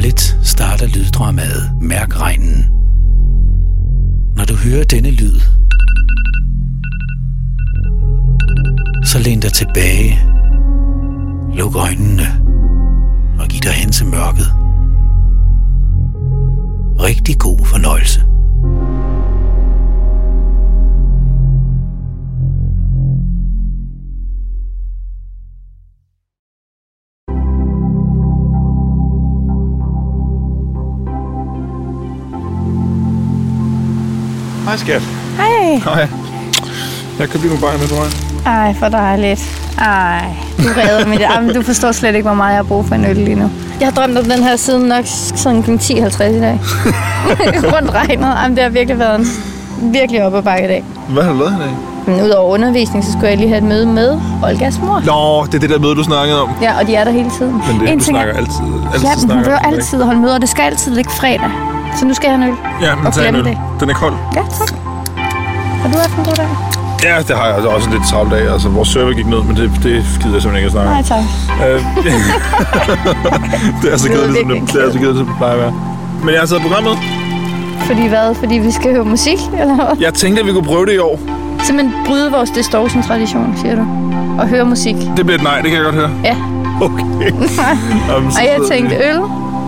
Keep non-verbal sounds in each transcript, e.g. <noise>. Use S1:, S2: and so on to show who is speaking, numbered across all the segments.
S1: lidt starter lyddramaet Mærk regnen. Når du hører denne lyd, så læn dig tilbage, luk øjnene og giv dig hen til mørket. Rigtig god fornøjelse.
S2: Hej, skat.
S3: Hej.
S2: Hej. Jeg kan blive med bajer med på vejen.
S3: Ej, for dejligt. Ej, du redder mig. Jamen, du forstår slet ikke, hvor meget jeg har brug for en øl lige nu. Jeg har drømt om den her siden nok sådan kl. 10.50 i <laughs> dag. Rundt regnet. Jamen, det har virkelig været en virkelig op ad bakke i dag.
S2: Hvad har du lavet i dag?
S3: Men udover undervisning, så skulle jeg lige have et møde med Olgas mor.
S2: Nå, det er det der møde, du snakkede om.
S3: Ja, og de er der hele tiden.
S2: Men det,
S3: En
S2: du
S3: ting er-
S2: snakker altid. altid
S3: Ja, men hun
S2: snakker
S3: vil jo
S2: om det,
S3: altid holde møder, og det skal altid ligge fredag. Så nu skal jeg have en øl.
S2: ikke? Ja, men
S3: og
S2: tag en
S3: glemme
S2: øl.
S3: det.
S2: Den er kold.
S3: Ja, tak. Har du haft en god dag?
S2: Ja, det har jeg altså også en lidt travlt dag. Altså, vores server gik ned, men det, det gider jeg simpelthen ikke at snakke om.
S3: Nej, tak.
S2: Øh, <laughs> det er så
S3: Det
S2: kedeligt, som
S3: lyder
S2: det,
S3: virkelig
S2: det, er så kedeligt, som det plejer at være. Men jeg har taget programmet.
S3: Fordi hvad? Fordi vi skal høre musik, eller hvad?
S2: Jeg tænkte, at vi kunne prøve det i år.
S3: Simpelthen bryde vores distortion-tradition, siger du. Og høre musik.
S2: Det blev et nej, det kan jeg godt høre.
S3: Ja. <laughs>
S2: Okay. Jamen, så
S3: Og jeg
S2: sidder vi-
S3: tænkte øl,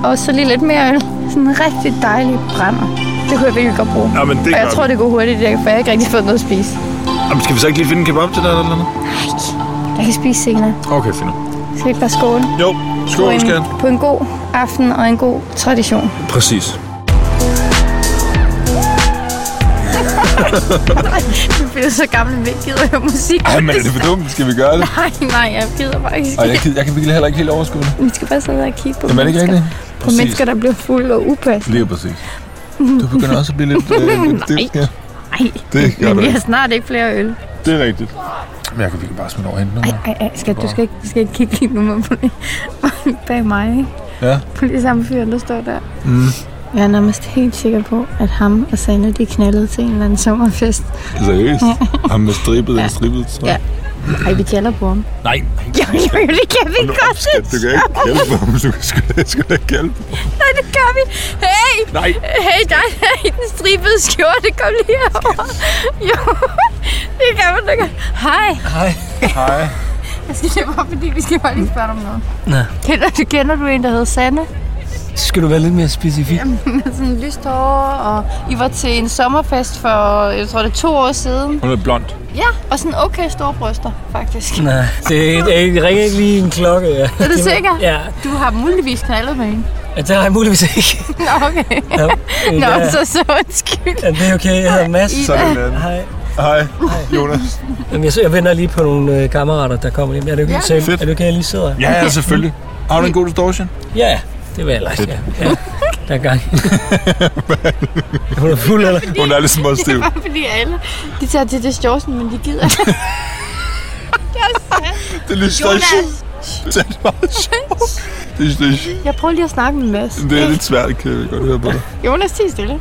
S3: og så lige lidt mere øl. Sådan en rigtig dejlig brænder. Det kunne jeg virkelig godt bruge.
S2: Jamen, det
S3: Og jeg
S2: gør
S3: tror,
S2: vi.
S3: det går hurtigt, det der, for jeg har ikke rigtig fået noget at spise.
S2: Jamen, skal vi så ikke lige finde en kebab til dig eller noget?
S3: Jeg kan spise senere.
S2: Okay, fint.
S3: Skal vi ikke bare skåle?
S2: Jo,
S3: På
S2: skål, skat.
S3: en, på en god aften og en god tradition. <laughs>
S2: Præcis.
S3: Jeg bliver så gammel, at vi ikke gider høre musik.
S2: Ej, men er det for dumt? Skal vi gøre det?
S3: Nej, nej, jeg gider bare ikke.
S2: Og jeg, kan- jeg kan virkelig heller ikke helt overskue det.
S3: Vi skal bare sidde og kigge på,
S2: Jamen, er det ikke
S3: mennesker,
S2: rigtigt?
S3: på mennesker, der bliver fulde og upassende.
S2: Lige præcis. Du begynder også at blive lidt... Øh,
S3: <laughs>
S2: lidt dyb, ja.
S3: Nej,
S2: Det gør
S3: men
S2: du
S3: vi har
S2: ikke.
S3: snart ikke flere øl.
S2: Det er rigtigt. Men jeg kan virkelig bare smide over hende nu.
S3: Ej, ej, ej, skat, du skal ikke, du skal ikke kigge lige nu men på det. <laughs> bag mig, ikke?
S2: Ja.
S3: På lige samme fyr, der står der. Mm. Jeg er nærmest helt sikker på, at ham og Sanne, de knaldede til en eller anden sommerfest.
S2: Seriøst? Ham med strippet og strippet, tror jeg.
S3: Ja. Ej, vi kalder på ham. <laughs>
S2: Nej.
S3: Jo, jo, jo, det kan vi
S2: Hold nu op,
S3: godt.
S2: skat. Du kan ikke hjælpe ham. Du kan sgu da- sgu da ikke hjælpe.
S3: <laughs> Nej, det gør vi. Hey!
S2: Nej.
S3: Hey, dig der i den stribede skjorte, kom lige herover. Jo, <laughs> det kan man da godt. Hej.
S4: Hej.
S2: Hej.
S3: <laughs> Jeg skal lige bare, fordi vi skal bare lige spørge dig om noget.
S4: Nå.
S3: Kender du, kender du en, der hedder Sanne?
S4: Skal du være lidt mere specifik? Jamen.
S3: Med sådan lyst hår, og I var til en sommerfest for, jeg tror det er to år siden.
S2: Hun er blond.
S3: Ja, og sådan okay store bryster, faktisk.
S4: Nej, det, det, det ringer ikke lige en klokke. Ja.
S3: Er du sikker?
S4: Ja,
S3: Du har muligvis knaldet med hende.
S4: ja, det har jeg muligvis ikke.
S3: <laughs> Nå, okay.
S4: Ja, øh,
S3: Nå,
S4: ja,
S3: så så undskyld.
S4: ja, det er okay. Jeg hedder Mads.
S2: Så er det en anden.
S4: Hej.
S2: Hej, Jonas.
S4: Jamen, jeg, jeg venter lige på nogle øh, kammerater, der kommer lige. Er det okay,
S3: Ja.
S4: ja.
S2: Fedt.
S4: er det okay jeg lige sidder?
S2: Ja, ja, selvfølgelig. Har du en god distortion?
S4: Ja, det var ellers, ja. ja. Der er gang. Hun er fuld, eller?
S2: Hun er lidt småstiv.
S3: Bare fordi alle, de tager til distortion, men de gider ikke.
S2: Det er lidt station. Det er bare sjovt. Det er station.
S3: Jeg prøver lige at snakke med Mads.
S2: Det er lidt svært, kan jeg godt høre på dig.
S3: Jonas, tig stille.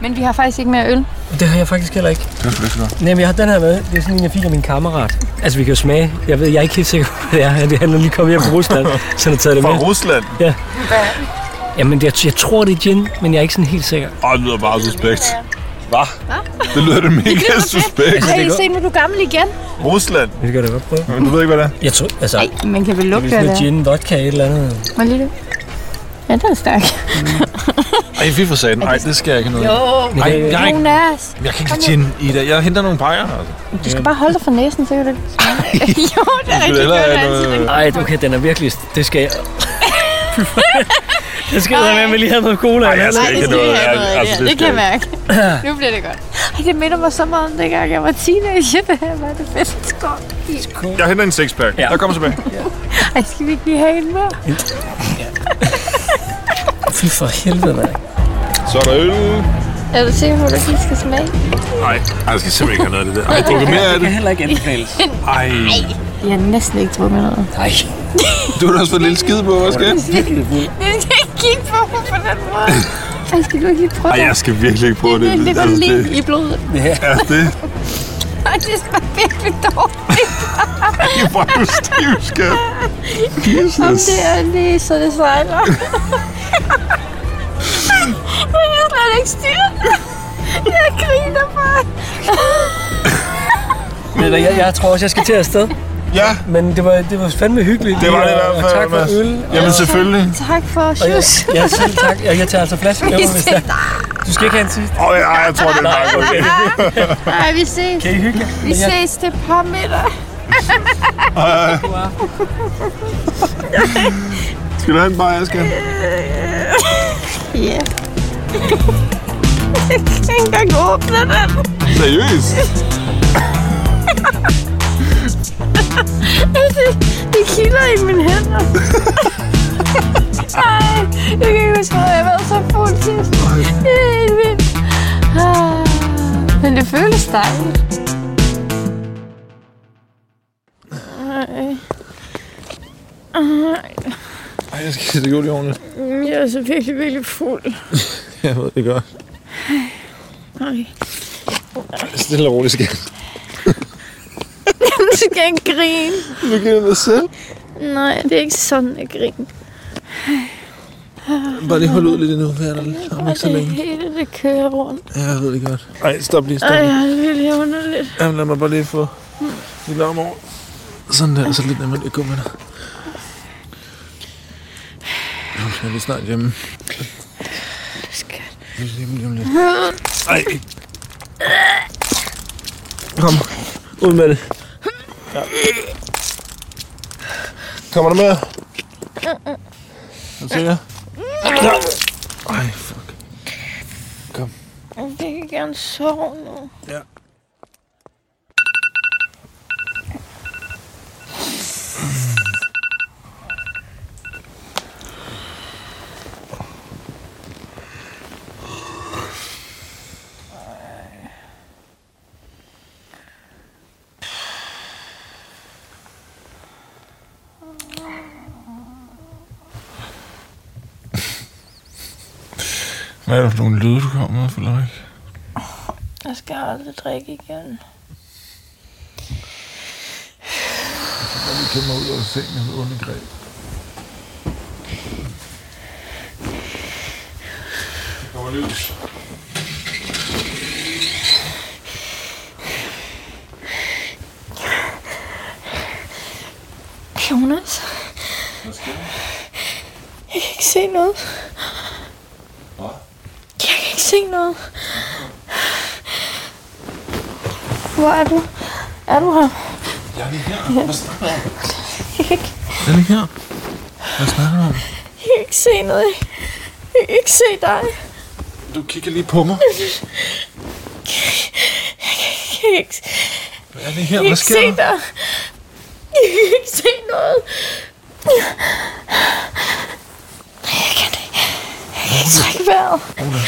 S3: Men vi har faktisk ikke mere øl.
S4: Det har jeg faktisk heller ikke.
S2: Det er sgu da ikke så godt.
S4: Nej, men jeg har den her med. Det er sådan en, jeg fik af min kammerat. Altså, vi kan jo smage. Jeg ved, jeg er ikke helt sikker på, hvad det er. Det handler lige kommet hjem fra Rusland, så han har taget det
S2: Fra
S4: med.
S2: Rusland.
S4: Jamen, jeg, jeg tror, det er gin, men jeg er ikke sådan helt sikker.
S2: Åh, det lyder bare suspekt. Hva? Det lyder det mega suspekt.
S3: Hey, se nu er du gammel igen.
S2: Rusland.
S4: Det kan jeg da godt prøve.
S2: Men du ved ikke, hvad det er.
S4: Jeg tror, altså,
S3: Nej, man kan vel
S4: det er
S3: lugte, hvad
S4: sådan
S3: det
S4: noget
S3: er.
S4: gin, vodka, et eller andet.
S3: Må jeg lige det? Ja, den er stærk.
S2: Ej, vi får sat Nej, det skal jeg ikke noget.
S3: Jo,
S2: Nej, jeg, er ikke,
S3: Jonas.
S2: jeg kan ikke lide gin i dag. Jeg henter nogle pejer. Altså.
S3: Du skal bare holde dig for næsen, så kan
S2: <laughs>
S3: du ikke smage det. Jo, det er
S2: Du
S3: rigtigt.
S2: vil hellere øh,
S3: Jonas.
S2: have noget...
S4: Nej, okay, den er virkelig... Det skal jeg... <laughs> det skal jeg med, at vi lige have noget cola.
S2: Ej, altså. jeg
S3: Nej,
S2: skal
S3: det
S2: ikke noget. Ja,
S3: skal jeg have noget af
S2: altså,
S3: det. her. Det
S2: skal
S3: kan jeg
S2: jeg <clears throat>
S3: mærke. Nu bliver det godt. Ej, det minder mig så meget om dengang, jeg var teenager. <laughs> Det her var det bedste skål.
S2: ikke. Jeg henter en sixpack.
S4: Ja.
S2: Jeg kommer tilbage.
S3: Ej, skal vi ikke lige have en mere?
S4: Fy for helvede, mand.
S2: Så er der øl.
S3: Er du sikker på, at du ikke skal smage?
S2: Nej, jeg skal simpelthen ikke have noget af det der. Ej, jeg drukker mere af det.
S4: heller ikke anbefales.
S2: Ej,
S3: Jeg har næsten ikke drukket noget.
S4: <laughs> Nej.
S2: du har da også fået en lille skid på, hvad skal jeg?
S3: <laughs> Jeg skal ikke kigge på mig på den måde. Ej, skal du ikke lige prøve
S2: Ej, jeg skal virkelig ikke prøve det.
S3: det, det går
S2: Altså,
S3: lige i blodet. <laughs>
S2: Ja, det
S3: Ej, det smager virkelig dårligt.
S2: er bare du stiv, skat.
S3: Om
S2: Jesus.
S3: det er lige, så det sejler.
S5: <laughs> Jeg kan slet ikke styre. Jeg griner bare.
S4: Ved du hvad, jeg, jeg tror også, jeg skal til afsted.
S2: Ja.
S4: Men det var, det var fandme hyggeligt.
S2: Det var det i
S4: lige, og-
S2: hvert
S4: og
S2: fald,
S4: Tak for
S2: Mads.
S4: øl. og-
S2: Jamen selvfølgelig.
S5: Tak for
S4: Og jeg,
S5: sjus.
S4: jeg selv tak. Jeg, jeg tager altså flasken med mig, hvis det er. Du skal ikke have en sidste.
S2: Åh, oh, ja, jeg tror, det er meget godt.
S5: Ej, vi ses.
S4: Kan I hygge jer?
S5: Vi ses til par middag.
S2: Skal du have en bajer, Asger?
S5: Ja. Jeg kan ikke engang åbne den.
S2: Seriøst?
S5: Det, det kilder i mine hænder. Ej, jeg kan ikke huske, at jeg har været så fuld sidst. Det er helt vildt. Ah, Men det føles dejligt. Ej,
S2: Ej, jeg skal sætte ud i ordene.
S5: jeg er så virkelig, virkelig fuld.
S2: Jeg ved det godt.
S5: Ej.
S2: Stille og roligt, skat.
S5: <laughs> Du skal ikke grine.
S2: Du kender dig selv.
S5: Nej, det er ikke sådan, jeg griner.
S2: Bare lige hold ud lidt endnu, for jeg er lidt om
S5: Og det hele, det kører rundt.
S2: Ja, jeg ved det godt. Ej, stop lige, stop
S5: Ej,
S2: lige.
S5: jeg er det virkelig underligt.
S2: Jamen, lad mig bare lige få lidt larm over. Sådan der, så lidt nemmere at gå med dig. Nu skal jeg lige snart hjemme.
S5: Skat.
S2: Lige om- Lige om lidt. Ej. Kom, ud med det. Ja. Kommer du med? Er du sikker? Ja. Ej, fuck.
S5: Jeg kan gerne sove nu.
S2: Ja. Hvad er det for nogle lyde, du kommer med, Frederik?
S5: Jeg skal aldrig drikke igen.
S2: Jeg kan mig ud af sengen med onde greb. Der kommer lys.
S5: Jonas? Jeg kan ikke se noget. Jeg kan ikke se noget. Hvor er du? Er du her?
S2: Jeg er lige her. Hvad snakker du om?
S5: Jeg kan ikke,
S2: Jeg er lige her. Hvad snakker du om?
S5: jeg kan ikke se noget. Jeg kan ikke se dig.
S2: Du kigger lige på mig.
S5: Jeg kan ikke,
S2: Jeg er lige her.
S5: jeg kan
S2: Hvad
S5: ikke
S2: sker
S5: se
S2: der?
S5: dig. Jeg kan ikke se noget. Jeg kan ikke, jeg kan ikke trække vejret.
S2: Rolig.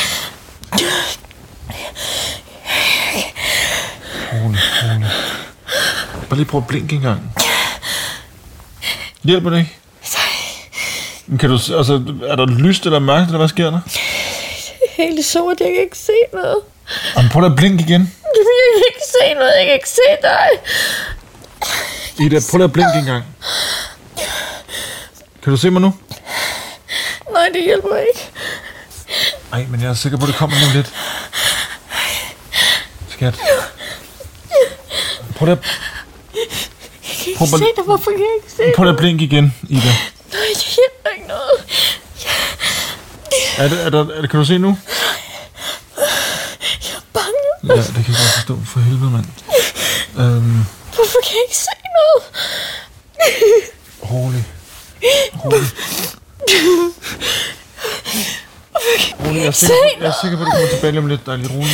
S2: Rolig, rolig. Bare lige prøv at blinke en gang. Hjælper det ikke? Men Kan du, s- altså, er der lyst eller mørkt, eller hvad sker der?
S5: Hele sort, jeg kan ikke se noget. <laughs>
S2: Jamen, prøv at blinke igen.
S5: Jeg kan ikke se noget, jeg kan ikke se dig.
S2: Ida, prøv lige at blinke en gang. Kan du se mig nu?
S5: Nej, det hjælper ikke.
S2: Nej, men jeg er sikker på, at det kommer nu lidt. Skat. Prøv lige at,
S5: Jeg kan ikke
S2: Prøv bare-
S5: se dig, hvorfor kan jeg
S2: <laughs>
S5: ikke se dig?
S2: prøv lige at blinke igen, Ida.
S5: Nej, det hjælper ikke noget.
S2: Er det, er der, er det, kan du se nu?
S5: Jeg er bange.
S2: Ja, det kan jeg godt forstå. For helvede, mand. Øhm,
S5: Hvorfor kan jeg ikke se noget?
S2: rolig. Rolig. Rolig, jeg er sikker, på- jeg er sikker på, at du kommer tilbage lige om lidt. Dejligt rolig.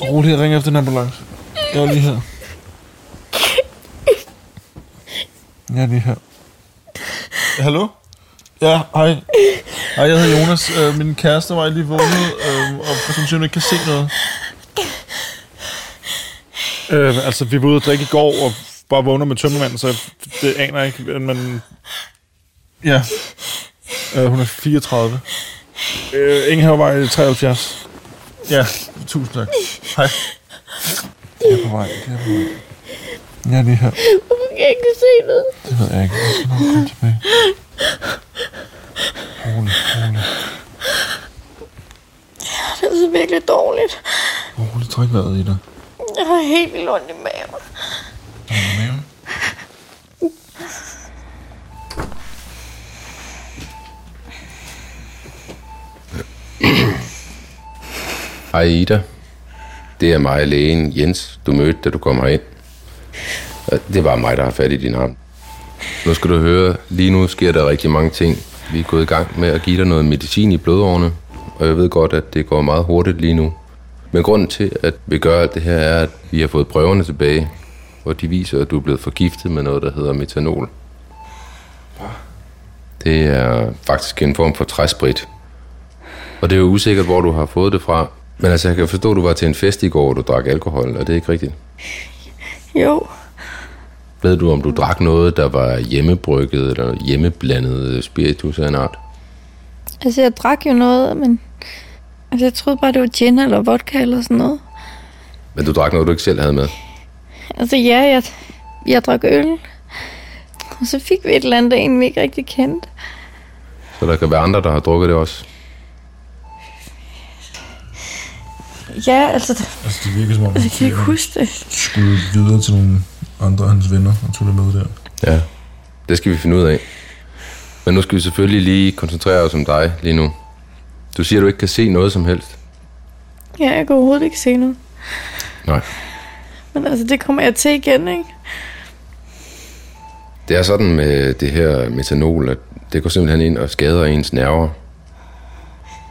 S2: Rolig, jeg ringer efter en ambulance. Jeg er lige her. Jeg er lige her. Hallo? Ja, hej. Hej, jeg hedder Jonas. Øh, min kæreste var lige vågnet, øh, og som simpelthen ikke kan se noget. Øh, altså, vi var ude og drikke i går, og bare vågner med tømmermanden, så det aner jeg ikke, men... Ja. Øh, hun er 34. Øh, Ingehavevej 73. Ja, tusind tak. Hej. Jeg er på vej, jeg er på vej. Jeg er lige her.
S5: Hvorfor kan jeg ikke se noget?
S2: Det ved jeg ikke. Jeg skal nok komme tilbage. rolig, rolig,
S3: Det er så virkelig dårligt.
S2: rolig. Træk vejret i dig.
S3: Jeg har helt vildt ondt i maven.
S2: Under maven.
S6: Hej Ida. Det er mig, lægen Jens, du mødte, da du kom herind. Øh, Det var mig, der har fat i din arm. Nu skal du høre, lige nu sker der rigtig mange ting. Vi er gået i gang med at give dig noget medicin i blodårene, og jeg ved godt, at det går meget hurtigt lige nu. Men grunden til, at vi gør alt det her, er, at vi har fået prøverne tilbage, hvor de viser, at du er blevet forgiftet med noget, der hedder metanol. Det er faktisk en form for træsprit, og det er jo usikkert, hvor du har fået det fra. Men altså, jeg kan forstå, at du var til en fest i går, og du drak alkohol. Er det ikke rigtigt?
S3: Jo,
S6: Ved du, om du drak noget, der var hjemmebrygget eller hjemmeblandet spiritus af en art?
S3: altså jeg drak jo noget, men... Altså jeg troede bare, det var gin eller vodka eller sådan noget.
S6: Men du drak noget, du ikke selv havde med.
S3: Altså ja, jeg, jeg drak øl. Og så fik vi et eller andet, der egentlig ikke rigtig kendte.
S6: Så der kan være andre, der har drukket det også.
S3: Ja, altså, det-
S2: Altså, det virker som om,
S3: jeg kan ikke huske det.
S2: skulle videre til nogle andre af hans venner og tog det med der.
S6: Ja. Det skal vi finde ud af. Men nu skal vi selvfølgelig lige koncentrere os om dig lige nu. Du siger, at du ikke kan se noget som helst.
S3: Ja, jeg kan overhovedet ikke se noget.
S6: Nej.
S3: Men altså, det kommer jeg til igen, ikke?
S6: Det er sådan med det her metanol, at det går simpelthen ind og skader ens nerver.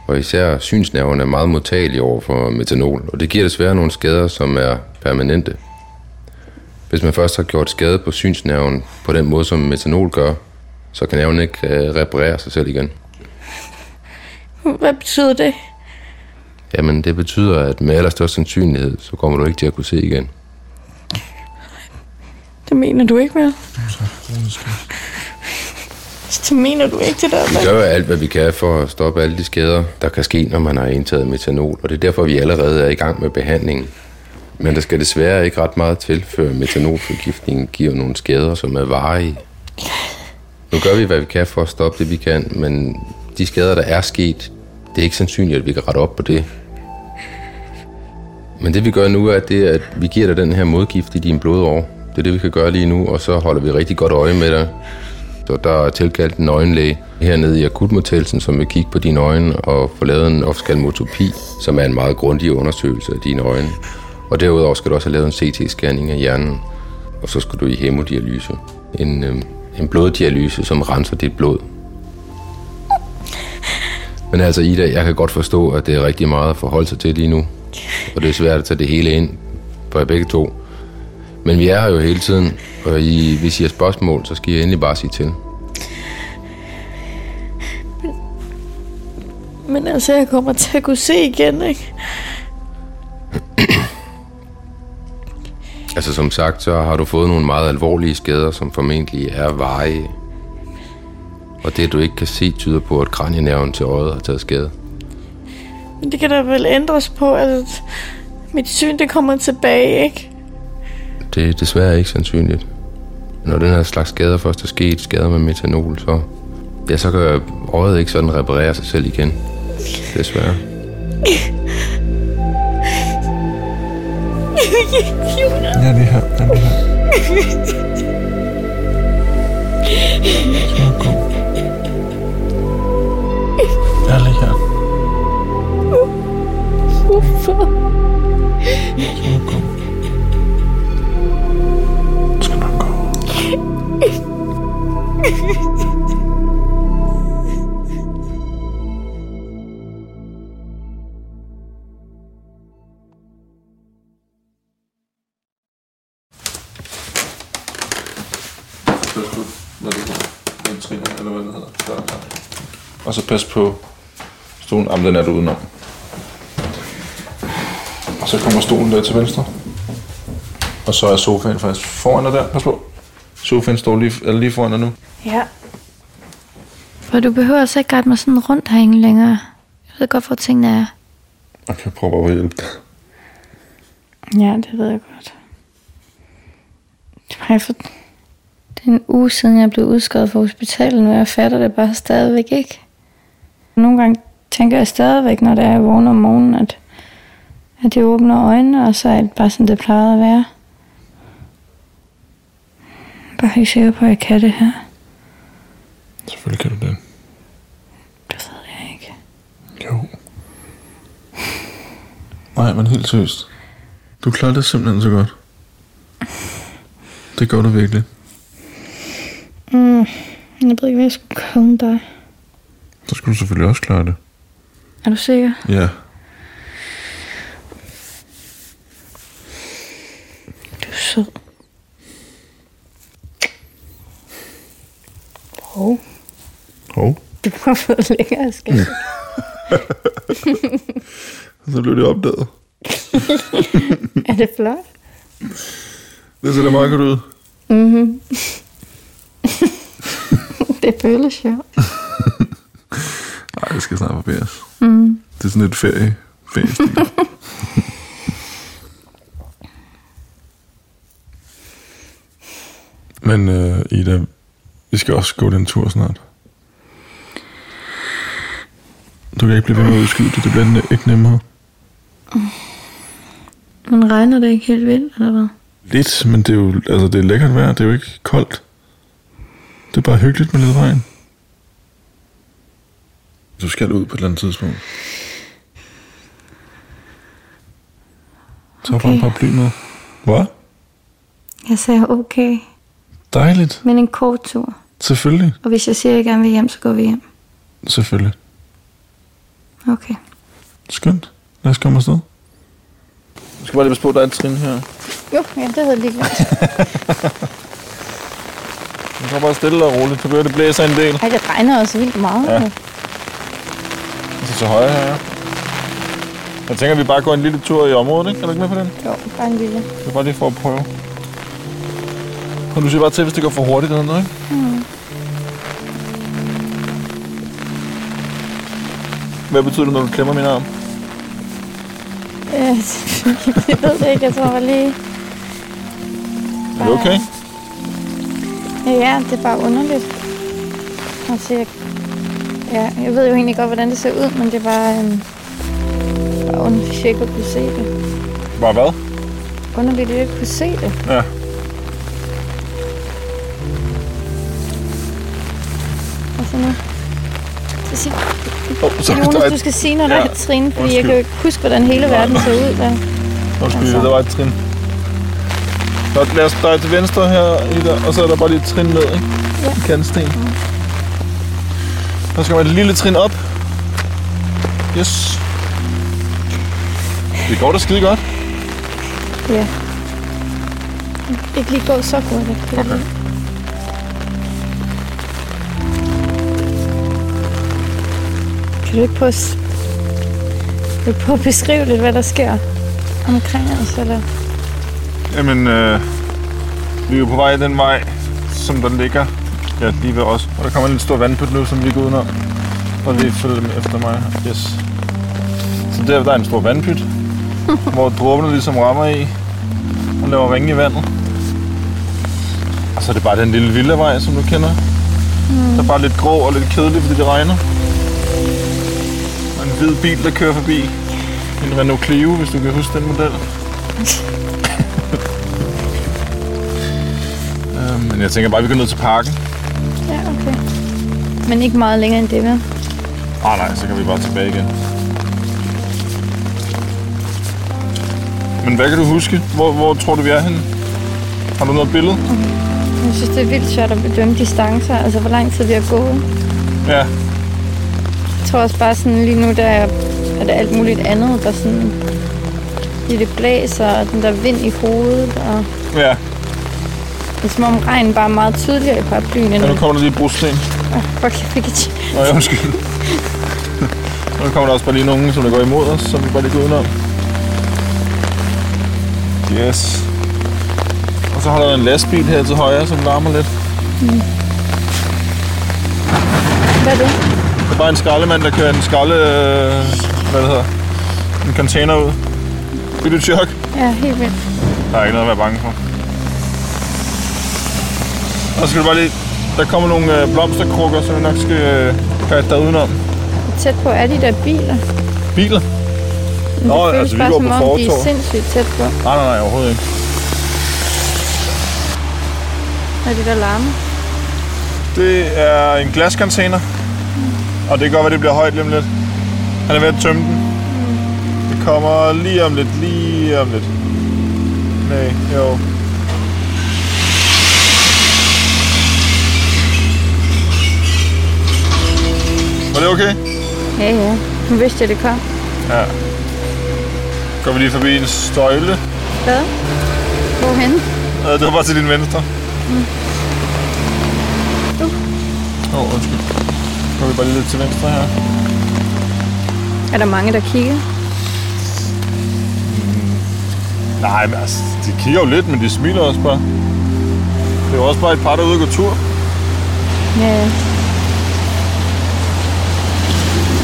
S6: Og især synsnerverne er meget modtagelige over for metanol, og det giver desværre nogle skader, som er permanente. Hvis man først har gjort skade på synsnerven på den måde, som metanol gør, så kan nerven ikke øh, reparere sig selv igen.
S3: Hvad betyder det?
S6: Jamen, det betyder, at med allerstørst sandsynlighed, så kommer du ikke til at kunne se igen.
S3: Det mener du ikke mere.
S2: Rolig, skat.
S3: Det mener du ikke, det der.
S6: Vi gør jo alt, hvad vi kan for at stoppe alle de skader, der kan ske, når man har indtaget metanol, og det er derfor, vi allerede er i gang med behandlingen. Men der skal desværre ikke ret meget til, før metanolforgiftningen giver nogle skader, som er varige. Nu gør vi, hvad vi kan for at stoppe det, vi kan, men de skader, der er sket, det er ikke sandsynligt, at vi kan rette op på det. Men det vi gør nu er, det, er, at vi giver dig den her modgift i dine blodår. Det er det, vi kan gøre lige nu, og så holder vi rigtig godt øje med dig, så der er tilkaldt en øjenlæge hernede i akutmodtagelsen, som vil kigge på dine øjne og få lavet en oftalmotopi, som er en meget grundig undersøgelse af dine øjne. Og derudover skal du også have lavet en CT-scanning af hjernen, og så skal du i hemodialyse. En, øh, en bloddialyse, som renser dit blod. Men altså Ida, jeg kan godt forstå, at det er rigtig meget at forholde sig til lige nu. Og det er svært at tage det hele ind for jer begge to. Men vi er her jo hele tiden, og I, hvis I har spørgsmål, så skal I endelig bare sige til.
S3: Men altså, jeg kommer til at kunne se igen, ikke?
S6: Altså som sagt, så har du fået nogle meget alvorlige skader, som formentlig er veje. Og det, du ikke kan se, tyder på, at kranienerven til øjet har taget skade.
S3: Men det kan da vel ændres på, altså... Mit syn, det kommer tilbage, ikke?
S6: Det er desværre ikke sandsynligt. Når den her slags skader først er sket, skader med metanol, så... Ja, så kan øjet ikke sådan reparere sig selv igen. Desværre.
S2: Ja, det her. Ja, det her. Så god. Ja, lige her.
S3: Hvorfor?
S2: Så god. Det skal nok gå. pas på, hvad det hedder, den triner, eller hvad det hedder. Der, der. Og så pas på stolen. Jamen, den er du udenom. Og så kommer stolen der til venstre. Og så er sofaen faktisk foran dig der. Pas på. Sofaen står lige, er lige foran dig nu.
S3: Ja. For du behøver altså ikke rette mig sådan rundt herinde længere. Jeg ved godt, hvor tingene er.
S2: Okay, jeg prøver bare at hjælpe dig.
S3: Ja, det ved jeg godt. Det var jeg for... Det er en uge siden, jeg blev udskrevet fra hospitalet nu. Jeg fatter det bare stadigvæk ikke. Nogle gange tænker jeg stadigvæk, når det er, jeg vågner om morgenen, at, at jeg åbner øjnene, og så er det bare sådan, det plejede at være. Bare ikke sikker på, at jeg kan det her.
S2: Selvfølgelig kan du det. Det ved jeg ikke. Jo. Nej, men helt seriøst. Du klarer det simpelthen så godt. Det gør du virkelig.
S3: Mm. Jeg ved ikke, hvad jeg skulle komme dig.
S2: Så skulle du selvfølgelig også klare det.
S3: Er du sikker?
S2: Ja.
S3: Du er sød. Hov.
S2: Hov.
S3: Du har fået længere skæg.
S2: Så blev det opdaget.
S3: er det flot?
S2: Det ser da meget godt ud.
S3: Mhm. det føles sjovt.
S2: Nej, det skal snart barberes.
S3: Mm.
S2: Det er sådan lidt ferie.
S4: <laughs>
S2: Feriestil. Men øh, Ida, vi skal også gå den tur snart. Du kan ikke blive ved med at udskyde det. Det bliver ne- ikke nemmere.
S3: Men regner det ikke helt vildt, eller hvad?
S2: Lidt, men det er jo altså, det er lækkert vejr. Det er jo ikke koldt. Det er bare hyggeligt med lidt regn. Du skal ud på et eller andet tidspunkt. Så okay. får en
S3: Okay.
S2: paraply med. Hvad?
S3: Jeg sagde okay,
S2: Dejligt.
S3: men en kort tur.
S2: Selvfølgelig.
S3: Og hvis jeg siger, at jeg gerne vil hjem, så går vi hjem.
S2: Selvfølgelig.
S3: Okay.
S2: Skønt. Lad os komme afsted. Du skal bare lige passe på, at der er et trin her.
S3: Jo, ja, det havde jeg lige glemt.
S2: Du kan bare stille og roligt. Så bliver det blæser en del.
S3: Ej, det regner også vildt meget.
S2: Ja.
S3: Ja.
S2: Så til højre her. Jeg tænker, at vi bare går en lille tur i området, ikke? Er du ikke med på den?
S3: Jo, bare en lille.
S2: Det er bare lige for at prøve. Og du siger bare til, hvis det går for hurtigt eller noget, ikke?
S3: Mm.
S2: Hvad betyder det, når du klemmer min arm?
S3: Øh, <laughs> jeg ved det ikke, jeg tror bare lige...
S2: Er det okay?
S3: Ja, det er bare underligt. Altså, jeg, ja, jeg ved jo egentlig godt, hvordan det ser ud, men det er bare, øhm, bare underligt, at jeg ikke kunne se det.
S2: Bare hvad?
S3: Underligt, at jeg ikke kunne se det.
S2: Ja.
S3: Hvad så nu? Så sig,
S2: Oh, så, der
S3: Jonas,
S2: er
S3: du
S2: et,
S3: skal sige, når der
S2: Ja,
S3: er et trin, fordi jeg
S2: undskyld.
S3: kan jo ikke huske, hvordan hele verden ser ud. Men...
S2: undskyld,
S3: altså.
S2: der var et trin. Så lad os dreje til venstre her, Ida, og så er der bare lige et trin ned, ikke?
S3: Ja.
S2: I kantsten. Så skal man et lille trin op. Yes. Det går da skide godt.
S3: Ja. Ikke lige gå så hurtigt. det er
S2: Okay.
S3: lige- Kan du ikke prøve at, s- kan du ikke prøve at beskrive lidt, hvad der sker omkring os? Eller?
S2: Jamen, øh, vi er jo på vej den vej, som der ligger ja, lige ved os. Og der kommer en lidt stor vandpyt nu, som vi går udenom. Og vi følger dem efter mig. Yes. Så der, der er en stor <laughs> vandpyt, hvor dråbene ligesom rammer i og laver ringe i vandet. Og så er det bare den lille villavej, som du kender. Mm. Der er bare lidt grå og lidt kedelig, fordi det regner. Og en hvid bil, der kører forbi. En Renault Clio, hvis du kan huske den model. Øhm, Men jeg tænker bare, at vi går ned til parken.
S3: Ja, okay. Men ikke meget længere end det, vel?
S2: Ah nej, så kan vi bare tilbage igen. Men hvad kan du huske? Hvor, hvor tror du, vi er henne? Har du noget billede?
S3: Jeg synes, det er vildt svært at bedømme distancer, altså hvor lang tid vi har gået.
S2: Ja.
S3: Jeg tror også bare sådan lige nu, der er, er der alt muligt andet, der sådan... Fordi det blæser, og den der vind i hovedet, og...
S2: Ja,
S3: Det er som om regnen bare er meget tydeligere i paraplyen end...
S2: og nu kommer der lige et brosten.
S3: Åh, fuck, jeg fik et...
S2: Nå, ja, undskyld. <laughs> Og nu kommer der også bare lige nogen, som der går imod os, som vi bare lige går udenom. Yes. Og så har der en lastbil her til højre, som larmer lidt.
S3: Mm. Hvad er det?
S2: Det er bare en skraldemand, der kører en skralde... Øh, hvad det hedder? En container ud. Vil du chok?
S3: Ja, helt vildt.
S2: Der er ikke noget at være bange for. Og så skal du bare lige... Der kommer nogle øh, blomsterkrukker, som vi nok skal øh, gøre et der udenom.
S3: tæt på er de der biler.
S2: Biler?
S3: Men
S2: Nå,
S3: det føles
S2: altså, vi
S3: bare
S2: går
S3: som
S2: på
S3: om, de er
S2: fortorvet.
S3: sindssygt tæt på,
S2: Nej, nej, nej, overhovedet ikke.
S3: når de der larmer.
S2: Det er en glascontainer. Og det kan godt være, det bliver højt lige om lidt. Han er ved at tømme den. Det kommer lige om lidt, lige om lidt. Nej, jo. Var det okay?
S3: Ja, ja. Nu vidste jeg, det kom.
S2: Ja. Går vi lige forbi en støjle.
S3: Hvad? Hvorhen?
S2: Øh, Det var bare til din venstre. Åh, oh, undskyld. Går vi bare lige lidt til venstre her.
S3: Er der mange, der kigger?
S2: Nej, men altså, de kigger jo lidt, men de smiler også bare. Det er jo også bare et par, der er ude og gå tur.
S3: Ja, ja.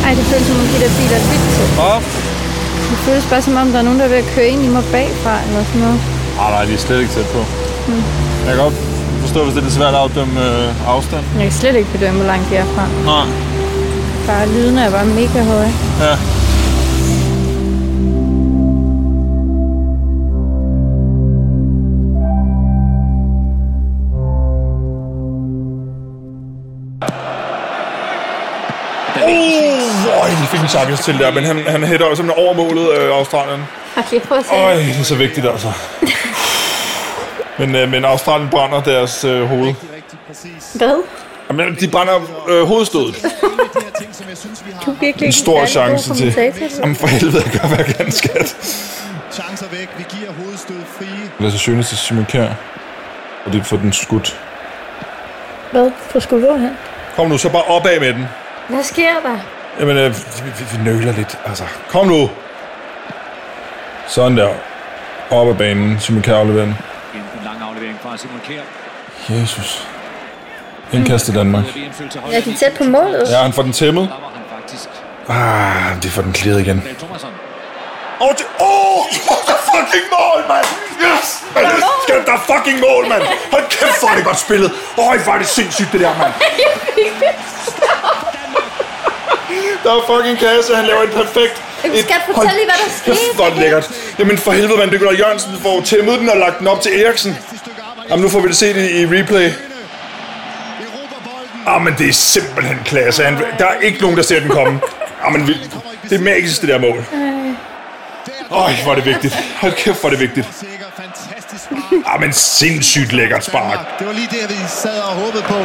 S3: Ej, det føles som om, de der biler er vildt tæt.
S2: Op.
S3: Det føles bare som om, der er nogen, der er ved at køre ind i mig bagfra eller sådan noget.
S2: Nej, nej, de er slet ikke tæt på. Jeg kan godt forstå, hvis det er lidt svært at afdømme øh, afstand.
S3: Jeg kan slet ikke bedømme, hvor langt de er fra.
S2: Nej.
S3: Bare lyden er bare mega høj.
S2: Ja. Oh, de fik en chance til der, men han, han hætter jo simpelthen over målet øh, Australien.
S3: Okay, prøv at se.
S2: Øj, det er så vigtigt
S7: <laughs>
S2: altså. Men, øh, men Australien brænder deres øh, hoved.
S3: Hvad?
S2: Jamen, de brænder øh, hovedstødet.
S3: Du er virkelig
S2: En
S3: ikke
S2: stor
S3: særlig god
S2: chance til.
S3: kommentator, du.
S2: Jamen for helvede, jeg gør, hvad jeg kan, skat.
S7: Chancer væk. Vi giver hovedstød frie.
S2: Lad os søge til Simon Kjær. Og det får den skudt.
S3: Hvad? På skulder hen?
S2: Kom nu, så bare opad med den.
S3: Hvad sker der?
S2: Jamen, øh, vi, vi, vi nøler lidt. Altså, kom nu! Sådan der. Op ad banen, Simon Kjær afleverer den.
S8: En lang aflevering fra Simon Kjær.
S2: Jesus. Indkast til Danmark.
S8: Bliver indfyldt til
S3: Er
S8: højre.
S3: de tæt på målet?
S2: Ja, han får den tæmmet.
S8: Der var han faktisk.
S2: Ah, det får den klædet igen.
S8: Dahl Thomasson.
S2: Åh, det... Åh, oh, der er fucking mål, mand! Yes! Man. Skal der er fucking mål, mand! Hold kæft, hvor er det godt spillet! Åh, oh, hvor er det sindssygt, det der, mand!
S3: <laughs>
S2: Der er fucking kasse, han laver et perfekt...
S3: Jamen, skat, fortæl lige, hvad der skete.
S2: Kæft, hvor er det lækkert. Jamen for helvede, mand, det gør Jørgensen får tæmmet den og lagt den op til Eriksen. Jamen nu får vi det set i, i replay.
S7: Europa bolden.
S2: Jamen det er simpelthen klasse. Han, der er ikke nogen, der ser den komme. Jamen vi, det er magisk, det der mål. Øj, hvor er det vigtigt. Hold kæft, hvor er det vigtigt.
S7: Sikker, fantastisk spark.
S2: Jamen sindssygt lækkert spark.
S7: Danmark. Det var lige det, vi sad og håbede på.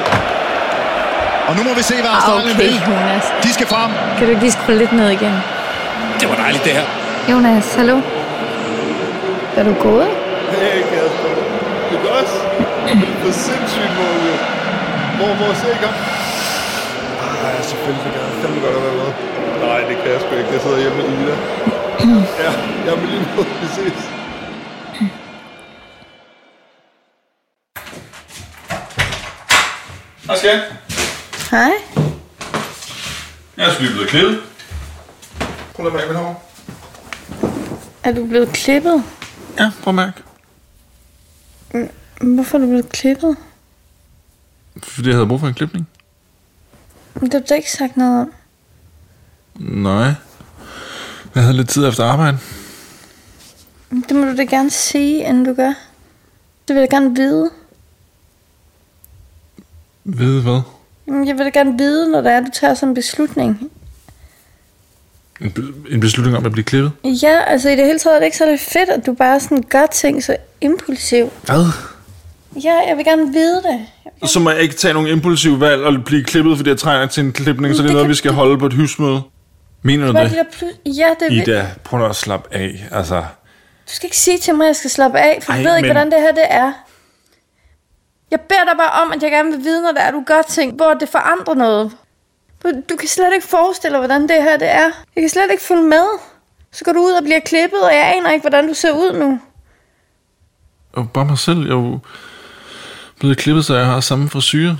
S7: Og nu må vi se, hvad Australien
S3: Okay,
S7: vil.
S3: Jonas.
S7: De skal frem.
S3: Kan du ikke lige skrue lidt ned igen?
S8: Det var dejligt det her.
S3: Jonas, hallo? Er du gået?
S2: Hey Kasper, det er godt. Det er sindssygt mål, jo. Hvor, hvor sikker? Ej, selvfølgelig kan Ah, jeg fandme godt at være med. Nej, det kan jeg sgu ikke. Jeg sidder hjemme med Ida. Ja, jeg vil lige måde, vi ses. Hej skat.
S3: Hej.
S2: Jeg er lige blevet klædet. Prøv at mærke mit hår.
S3: Er du blevet klippet?
S2: Ja, prøv at mærke.
S3: Hvorfor er du blevet klippet?
S2: Fordi jeg havde brug for en klipning.
S3: Det har du da ikke sagt noget om.
S2: Nej. Jeg havde lidt tid efter arbejde.
S3: Det må du da gerne sige, inden du gør. Det vil jeg gerne vide.
S2: Ved hvad?
S3: Jamen, Jeg vil da gerne vide, når det er, du tager sådan en beslutning.
S2: En, be- en beslutning om at blive klippet?
S3: Ja, altså i det hele taget er det ikke så lidt fedt, at du bare sådan gør ting så impulsiv.
S2: Hvad?
S3: Ja, jeg vil gerne vide det.
S2: Så må jeg ikke tage nogle impulsive valg og blive klippet, fordi jeg trænger til en klipning, så det er
S3: det
S2: noget,
S3: kan-
S2: vi skal holde på et husmøde. Mener du
S3: Hvad er det
S2: det?
S3: der plus? Ja, det vil...
S2: Ida, prøv nu at slappe af. Altså,
S3: Du skal ikke sige til mig, at jeg skal slappe af, for du
S2: Ej,
S3: ved ikke,
S2: men-
S3: hvordan det her det er. Jeg beder dig bare om, at jeg gerne vil vide, når der er, du gør ting, hvor det forandrer noget. Du, du kan slet ikke forestille dig, hvordan det her det er. Jeg kan slet ikke følge med. Så går du ud og bliver klippet, og jeg aner ikke, hvordan du ser ud nu.
S2: jeg er jo bare mig selv. Jeg er jo blevet klippet, så jeg har samme frisyre.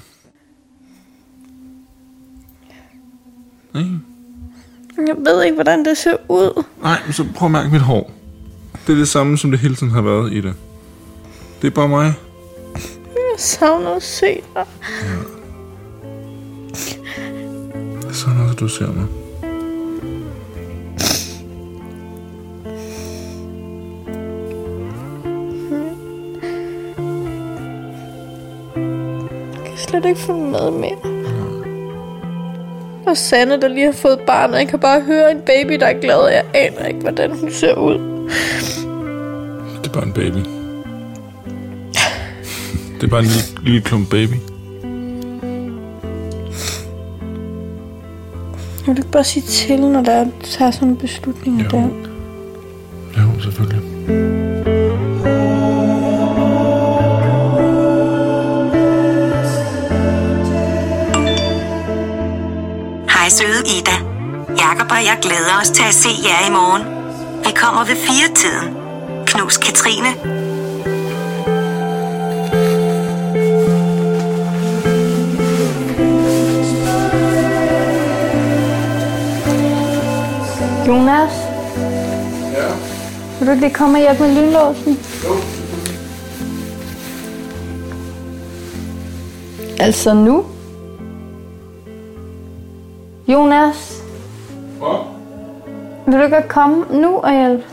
S2: Nej.
S3: Jeg ved ikke, hvordan det ser ud.
S2: Nej, men så prøv at mærke mit hår. Det er det samme, som det hele tiden har været, Ida. Det er bare mig.
S3: Jeg savner at se dig.
S2: Det er sådan også, du ser mig.
S3: slet ikke følge med mere. Og Sanne, der lige har fået barn, og jeg kan bare høre en baby, der er glad, og jeg aner ikke, hvordan hun ser ud.
S2: Det er bare en baby. Det er bare en lille, lille klump baby.
S3: Vil du ikke bare sige til, når der tager sådan nogle beslutninger
S2: Jo.
S3: der?
S2: Jo, selvfølgelig.
S9: Hej søde Ida. Jakob og jeg glæder os til at se jer i morgen. Vi kommer ved fire tiden. Knus Katrine.
S5: Jonas?
S10: Ja.
S5: Vil du ikke lige komme og hjælpe med lynlåsen? Altså nu? Jonas? Hvad? Vil du ikke godt komme nu og hjælpe?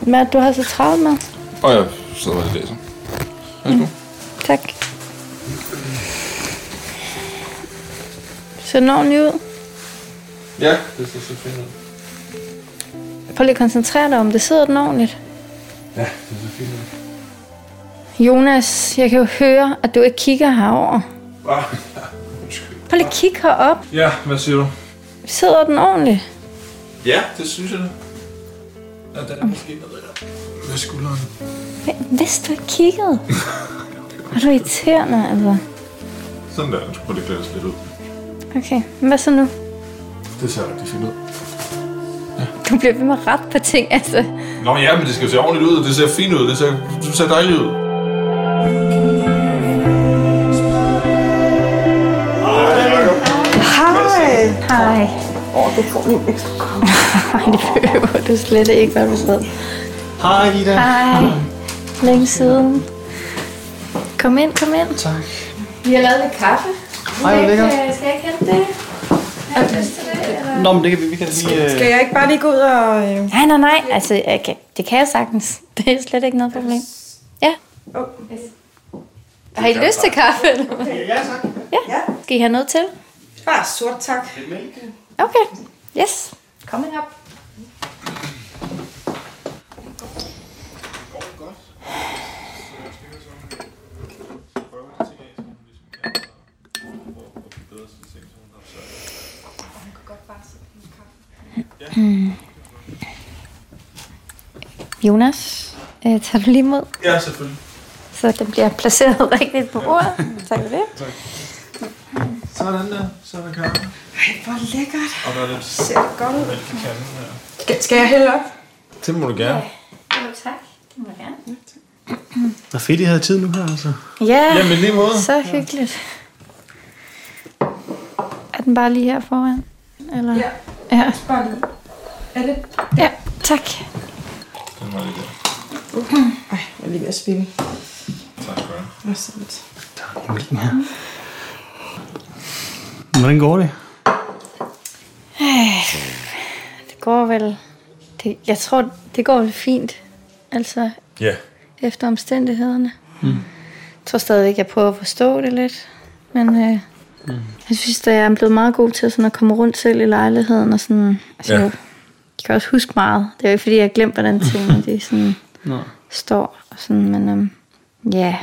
S3: Hvad du har så travlt med? Mm.
S11: Og jeg sidder og læser.
S3: Tak. Ser den ordentligt ud?
S11: Ja, det ser så fint ud.
S3: Prøv lige at koncentrere dig om det. Sidder den ordentligt?
S11: Ja, det ser fint ud.
S3: Jonas, jeg kan jo høre, at du ikke kigger herover.
S2: <laughs> Ah,
S3: Prøv lige at kigge herop.
S2: ja, hvad siger du?
S3: Sidder den ordentligt?
S2: Ja, det synes jeg da. Ja, der er måske noget der. Med skulderen.
S3: Hva- Hvis du ikke
S2: <laughs>
S3: kiggede. Var du irriterende, altså?
S2: Sådan der, nu skulle det klædes lidt ud.
S3: Okay, men hvad så nu?
S2: Det ser rigtig fint ud.
S3: Du bliver ved med at rette på ting, altså.
S2: Nå ja, men det skal se ordentligt ud, det ser fint ud, det ser, det ser dejligt ud.
S5: Hej. Hej. <laughs> Åh, det får en ekstra kop. Nej, det behøver du slet ikke, hvad du sad.
S12: Hej Ida.
S5: Hej. Længe siden.
S3: Kom ind, kom ind.
S12: Tak.
S3: Vi har lavet lidt kaffe.
S12: Hej, hvor lækkert.
S3: Skal jeg ikke hente det?
S12: Nå, men det kan vi, vi kan lige... Øh...
S13: jeg ikke bare lige gå ud og... Øh...
S5: Nej, nej, nej. Altså, jeg kan, det kan jeg sagtens. <laughs> Det er slet ikke noget problem. Ja.
S3: Har I lyst til kaffe? eller hvad?
S12: Ja, tak.
S13: Ja.
S3: Skal I have noget til?
S13: Bare sort, tak.
S3: Okay. Yes. Kom ind op. Mm. Jonas, øh, tager du lige imod?
S2: Ja, selvfølgelig.
S3: Så den bliver placeret <laughs> rigtigt på bordet. Tak for det.
S12: Sådan der. Sådan kan jeg.
S13: Ej, hvor lækkert.
S2: Og der er lidt
S13: Ser det godt ud.
S2: i kanten her.
S13: Skal, skal jeg hælde op?
S2: Det må du gerne.
S3: Jo, tak. Det må gerne.
S12: Hvor fedt, I havde tid nu her, altså.
S3: Ja,
S2: Jamen lige måde.
S3: så hyggeligt. Er den bare lige her foran? Eller?
S13: Ja.
S3: ja.
S13: Bare lige. Er det?
S3: Ja, tak.
S2: Den var lige der.
S13: Ej, jeg er lige ved at spille.
S2: Tak for det.
S13: Nå, sådan lidt.
S12: Jamen, her. Hvordan går det?
S3: Øh, Det går vel... Det, jeg tror, det går vel fint. Altså,
S2: Ja.
S3: efter omstændighederne. Mm. Jeg tror stadigvæk, jeg prøver at forstå det lidt. Men øh, mm. jeg synes, at jeg er blevet meget god til sådan at komme rundt selv i lejligheden. Og sådan, altså,
S2: Ja.
S3: ja. jeg, jeg kan også huske meget. Det er jo ikke, fordi jeg har glemt, hvordan tingene de sådan
S12: Nå.
S3: står. Og sådan, men øhm, ja,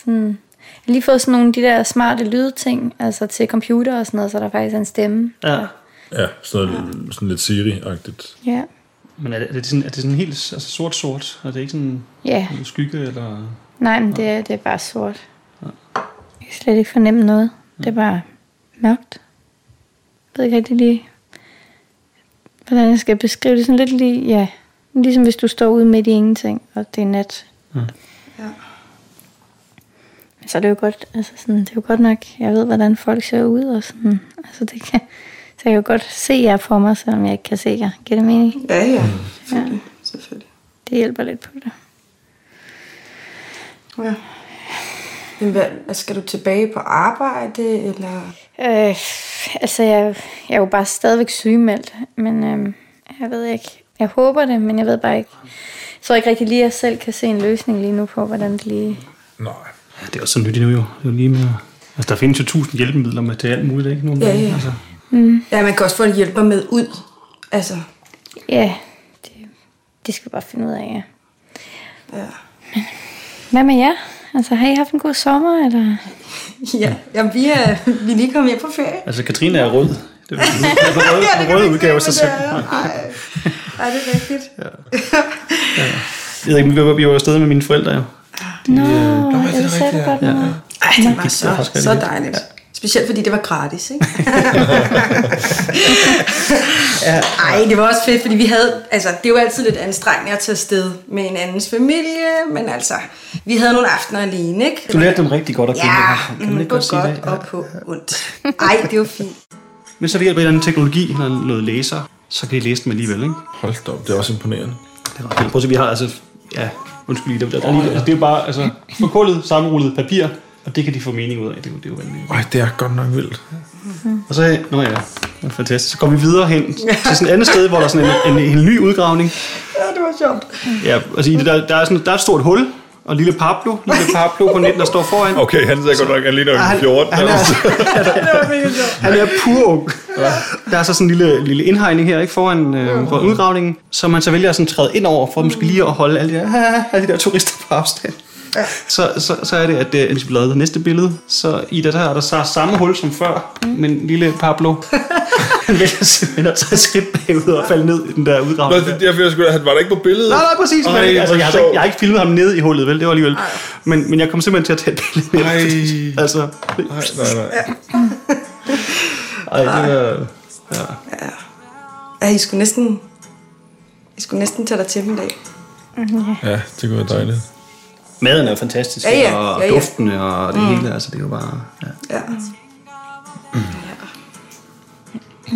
S3: sådan, jeg har lige fået sådan nogle af de der smarte lydting, altså til computer og sådan noget, så der faktisk er en stemme.
S12: Ja.
S2: Ja, sådan, noget, sådan lidt Siri-agtigt.
S3: Ja,
S12: Men er det, er det, sådan, er det sådan helt altså, sort-sort? Er det ikke sådan
S3: ja.
S12: en skygge, eller...
S3: Nej, men det er, det er bare sort. Jeg kan slet ikke fornemme noget. Det er bare mørkt. Jeg ved ikke rigtig lige, hvordan jeg skal beskrive det. Sådan lidt lige, ja, ligesom hvis du står ude midt i ingenting, og det er nat.
S12: Ja.
S13: Ja.
S3: Men Så er det jo godt, altså sådan, det er jo godt nok, jeg ved, hvordan folk ser ud, og sådan, altså det kan, så jeg kan jo godt se jer for mig, selvom jeg ikke kan se jer. Giver det mening?
S13: Ja, ja. Selvfølgelig. Selvfølgelig.
S3: Det hjælper lidt på det.
S13: Ja. Men hvad, skal du tilbage på arbejde, eller...
S3: Øh, altså, jeg, jeg er jo bare stadigvæk sygemeldt, men øh, jeg ved ikke. Jeg håber det, men jeg ved bare ikke.
S5: Jeg tror ikke rigtig lige, at jeg selv kan se en løsning lige nu på, hvordan det lige...
S12: Ja, det er også så nyt nu jo. Det er jo lige med, altså, der findes jo tusind hjælpemidler med til alt muligt, ikke? Nogle
S13: Ja,
S12: gange,
S13: ja.
S12: Altså.
S5: Mm.
S13: Ja, man kan også få en hjælper med ud. Altså,
S5: Ja, det, det skal vi bare finde ud af, ja.
S13: ja.
S5: Hvad med jer? Altså, har I haft en god sommer, eller?
S13: <laughs> ja. Jamen, vi er, vi er lige kommet hjem på ferie.
S12: altså, Katrine er rød. Det
S13: <laughs>
S12: er den røde,
S13: Ja, det
S12: den
S13: kan
S12: røde
S13: man
S12: udgave af sig
S13: se,
S12: selv.
S13: men det er- Ej, Ej, det er rigtigt.
S12: Jeg ved ikke, men vi var, vi var jo afsted med mine forældre jo. øh,
S5: Nå,
S12: Nå,
S5: ja, det sagde du godt
S12: ja.
S5: nok.
S13: Ej, det var
S12: Det er faktisk
S13: så,
S12: rigtig
S13: så
S12: hyggeligt.
S13: dejligt. Specielt fordi det var gratis, ikke? Ej, det var også fedt, fordi vi havde... Altså, det er jo altid lidt anstrengende at tage afsted med en andens familie, men altså, vi havde nogle aftener alene, ikke?
S12: Du lærte dem rigtig godt at kende.
S13: Ja,
S12: Ah, Kan man
S13: mm,
S12: ikke
S13: på
S12: godt sige
S13: godt
S12: det?
S13: og på ondt. Ej, det var fint.
S12: Men så ved hjælp af en eller anden teknologi, eller noget laser, så kan de læse dem alligevel, ikke?
S2: Hold da op, det er også imponerende.
S12: Det er ret vildt. Prøv at se, vi har altså... Ja, undskyld lige, der, der, der, lige- altså, det er jo bare altså, forkullet, sammenrullet papir, og det kan de få mening ud af. Det, er jo- det er jo vanvittigt.
S2: Ej, det er godt nok vildt.
S12: Og så, nå ja, det er fantastisk. Så går vi videre hen til sådan et andet sted, hvor der er sådan en, en, en, en ny udgravning.
S13: Ja, det var sjovt.
S12: Ja, altså i det, der, der, er sådan, der er et stort hul, og lille Pablo, lille Pablo på net, der står foran.
S2: Okay, han sagde godt nok, han ligner
S12: Ej,
S2: en 14.
S12: han er-
S2: altså.
S12: Han er pur ung. Der er så sådan en lille, lille indhegning her, ikke foran øh, for udgravningen, som man så vælger at sådan træde ind over, for måske lige at holde alle de der, alle de der turister på afstand. Så, så, så er det, at øh, hvis vi lavede det næste billede, så i det der er der så samme hul som før, men lille
S2: <laughs>
S12: Pablo, han vælger simpelthen at tage et skridt bagud og falde ned i den der
S2: Nå,
S12: udgravning.
S2: det, jeg føler sgu, at han var der ikke på billedet.
S12: Nej, nej, præcis.
S2: Ej,
S12: men, altså, jeg, har, altså
S2: hvor
S12: ikke- jeg har ikke filmet ham nede i hullet, vel? Det var alligevel. Men, men jeg kom simpelthen til at tage et billede. med,
S2: Ej.
S12: fordi- <laughs> Altså,
S2: sjovt. Nej, nej.
S12: <laughs> ej, det var... Ja.
S13: Ja, I skulle næsten... I skulle næsten tage dig til dem i dag.
S2: Mhm, Ja, det kunne være dejligt.
S12: Maden er jo fantastisk,
S13: Ja, ja.
S12: og
S13: Ja, ja.
S12: duften og det
S13: Mm.
S12: hele, altså det er jo bare... Ja.
S13: Ja.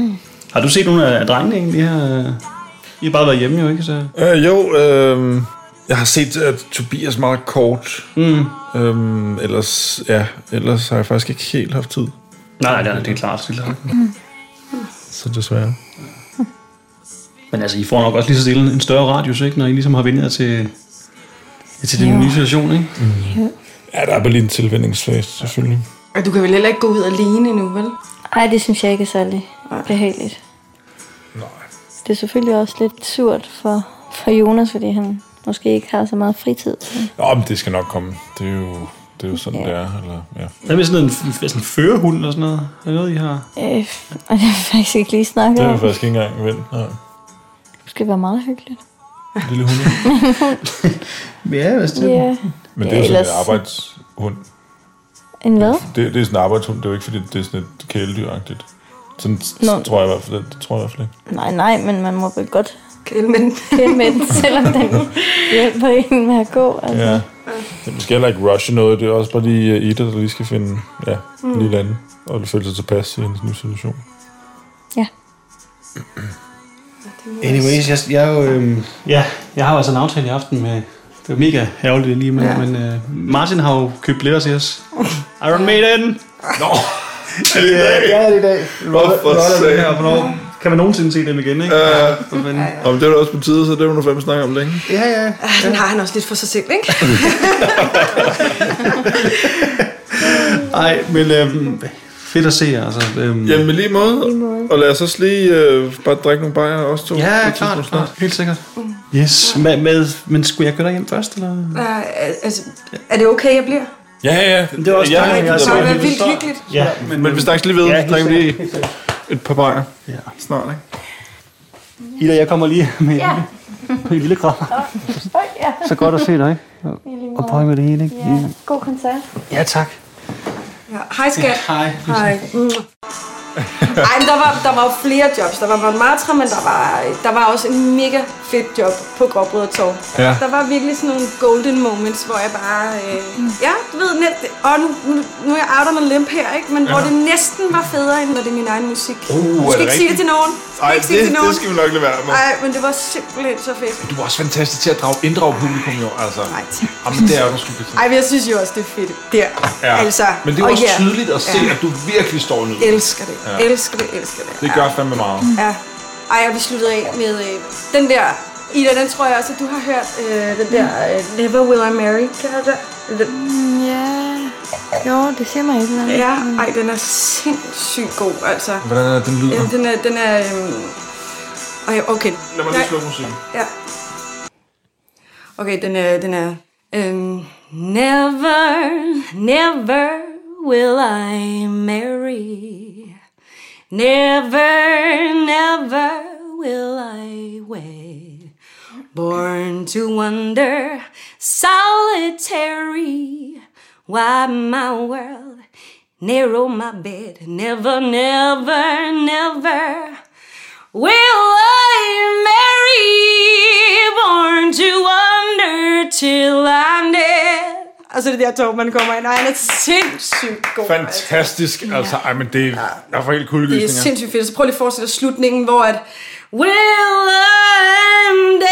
S12: <clears throat> Har du set nogle af drengene egentlig her? I har bare været hjemme jo, ikke? Så...
S2: Øh, jo, øh, jeg har set uh, Tobias meget kort.
S12: Mm.
S2: Øhm, ellers, ja, ellers har jeg faktisk ikke helt haft tid.
S12: Nej, nej, det er klart. Det er klart.
S2: Så desværre.
S12: Men altså, I får nok også lige så stille en større radius, ikke? Når I ligesom har vendt jer til, ja, til den
S13: Jo.
S12: nye situation, ikke?
S13: Jo.
S2: Ja, der er bare lige en tilvændingsfase, selvfølgelig.
S13: Og du kan vel heller ikke gå ud alene nu, vel?
S5: Nej, det synes jeg ikke er særlig behageligt. Det er selvfølgelig også lidt surt for, for Jonas, fordi han måske ikke har så meget fritid. til-
S2: Nå, men det skal nok komme. Det er jo, det er jo sådan, det er. Eller, ja.
S12: Hvad med sådan en, sådan en førerhund eller sådan noget? Er det noget, I har?
S5: Øh, og det har vi faktisk ikke lige snakket
S2: Det er
S5: om.
S2: jo faktisk ikke engang vendt. Nej.
S5: Det skal være meget hyggeligt.
S2: En lille hund.
S12: Ja, hvis
S2: Men
S5: ja.
S2: det er jo
S5: Ja,
S2: sådan en
S5: ellers-
S2: arbejdshund.
S5: En hvad?
S2: Det, det er sådan en arbejdshund. Det er jo ikke, fordi det er sådan et kæledyragtigt. Sådan
S5: Nå.
S2: Nå. tror jeg i hvert fald, det tror jeg i hvert fald ikke.
S5: Nej, nej, men man må vel godt
S13: kæle med den,
S5: kæle med den selvom den
S13: <laughs>
S5: hjælper en med at gå. Altså.
S2: Ja. Det er måske heller ikke rushe noget. Det er også bare lige uh, Ida, der lige skal finde ja,
S5: Mm.
S2: mm. lige lande. Og det føler sig tilpas i hendes nye situation.
S12: Anyways, jeg, jeg, er jo, øhm, ja, jeg har jo altså en aftale i aften med... Det var mega ærgerligt lige med, ja.
S13: Ja.
S12: men øh, Martin har jo købt billetter til os. Iron Maiden! Nå!
S2: Er det i dag?
S12: Ja, det er i dag.
S2: Hvorfor
S12: Hvorfor
S2: sagde-
S12: det her? Hvornår kan man nogensinde se dem igen, ikke?
S2: Ja.
S12: for fanden.
S2: Om det er da også på tide, så det må du fandme snakke om længe.
S12: Ja, ja.
S13: Ah, den har han også lidt for sig selv, ikke?
S12: Ej, men øhm, fedt at se jer. Altså, øhm,
S2: Jamen i lige måde. Og lad os også lige øh, bare drikke nogle bajer også to.
S12: ja, klart, klart. Helt sikkert.
S13: Mm.
S12: Yes. Med, med, men skulle jeg køre dig hjem først, eller?
S13: Nej, altså, er det okay, jeg bliver?
S2: Ja, ja.
S12: Det er også
S2: Ja,
S12: dejligt,
S2: ja,
S12: jeg
S13: Det
S12: så-
S13: har været vildt hyggeligt.
S12: Ja,
S2: Men, men vi snakkes lige ved.
S12: Ja,
S2: Ja,
S12: helt
S2: drikker vi
S12: sikkert,
S2: lige et par bajer
S12: Ja.
S2: snart, ikke?
S12: Ida, jeg kommer lige med ja. en lille
S5: <laughs>
S12: krammer.
S5: ja.
S12: Så godt at se dig, ikke? Og, og prøve med det hele, ikke?
S5: Ja, god koncert.
S12: ja tak.
S13: Ja. Hej, skat.
S12: Hej. <laughs>
S13: Hej. Mm. Ej, men der var, der var jo flere jobs. Der var Mount Martre, men der var, der var også en mega fed job på Gråbrød og Torv.
S2: Ja.
S13: Der var virkelig sådan nogle golden moments, hvor jeg bare... Øh,
S5: Mm.
S13: ja, du ved, net, og nu, nu, nu er jeg out on a limp her, ikke? Men ja. hvor
S2: Ja.
S13: det næsten var federe, end når det er min egen musik.
S2: Uh, er
S13: du
S2: det
S13: skal ikke sige det
S2: rigtigt?
S13: til nogen. Du skal
S2: Ej,
S13: ikke sige det,
S2: det,
S13: til nogen.
S2: det skal vi nok lade være med.
S13: Ej, men det var simpelthen så fedt.
S2: Du er også fantastisk til at drage, inddrage publikum, jo. Altså.
S13: Nej, tak.
S2: Jamen, det er jo sgu betydet.
S13: Ej, men jeg synes jo også, det er fedt der. Altså,
S2: Men det er
S13: og
S2: jo også
S13: ja.
S2: tydeligt at se,
S13: Ja.
S2: at du virkelig står ned.
S13: Elsker det, elsker det, elsker det. Mm.
S2: Det gør fandme meget.
S13: Ja. Ej, og vi sluttede af med øh, den der Ida, den tror jeg også, at du har hørt øh, den der øh, Never Will I Marry. Kan du det? Den? Ja. Jo, det siger mig ikke noget. Ja, ej, den er sindssygt god, altså.
S2: Hvordan er det, den lyder?
S13: Ja, den er... Den er øhm... Ej, okay.
S2: Lad mig lige slukke musikken.
S13: Ja. Okay, den er... Den er øhm... Never, never will I marry. Never, never will I wed. Born to wander solitary. Why my world, narrow my bed. Never, never, never will I marry. Born to wander till I'm dead. Og så er det der tog, man kommer ind. Nej, han er sindssygt god.
S2: Fantastisk. Altså, ej, men det er, jeg får helt
S13: Det er
S2: kuldegysninger.
S13: sindssygt fedt. Så prøv lige at forestille dig slutningen, hvor at... Well, I'm dead.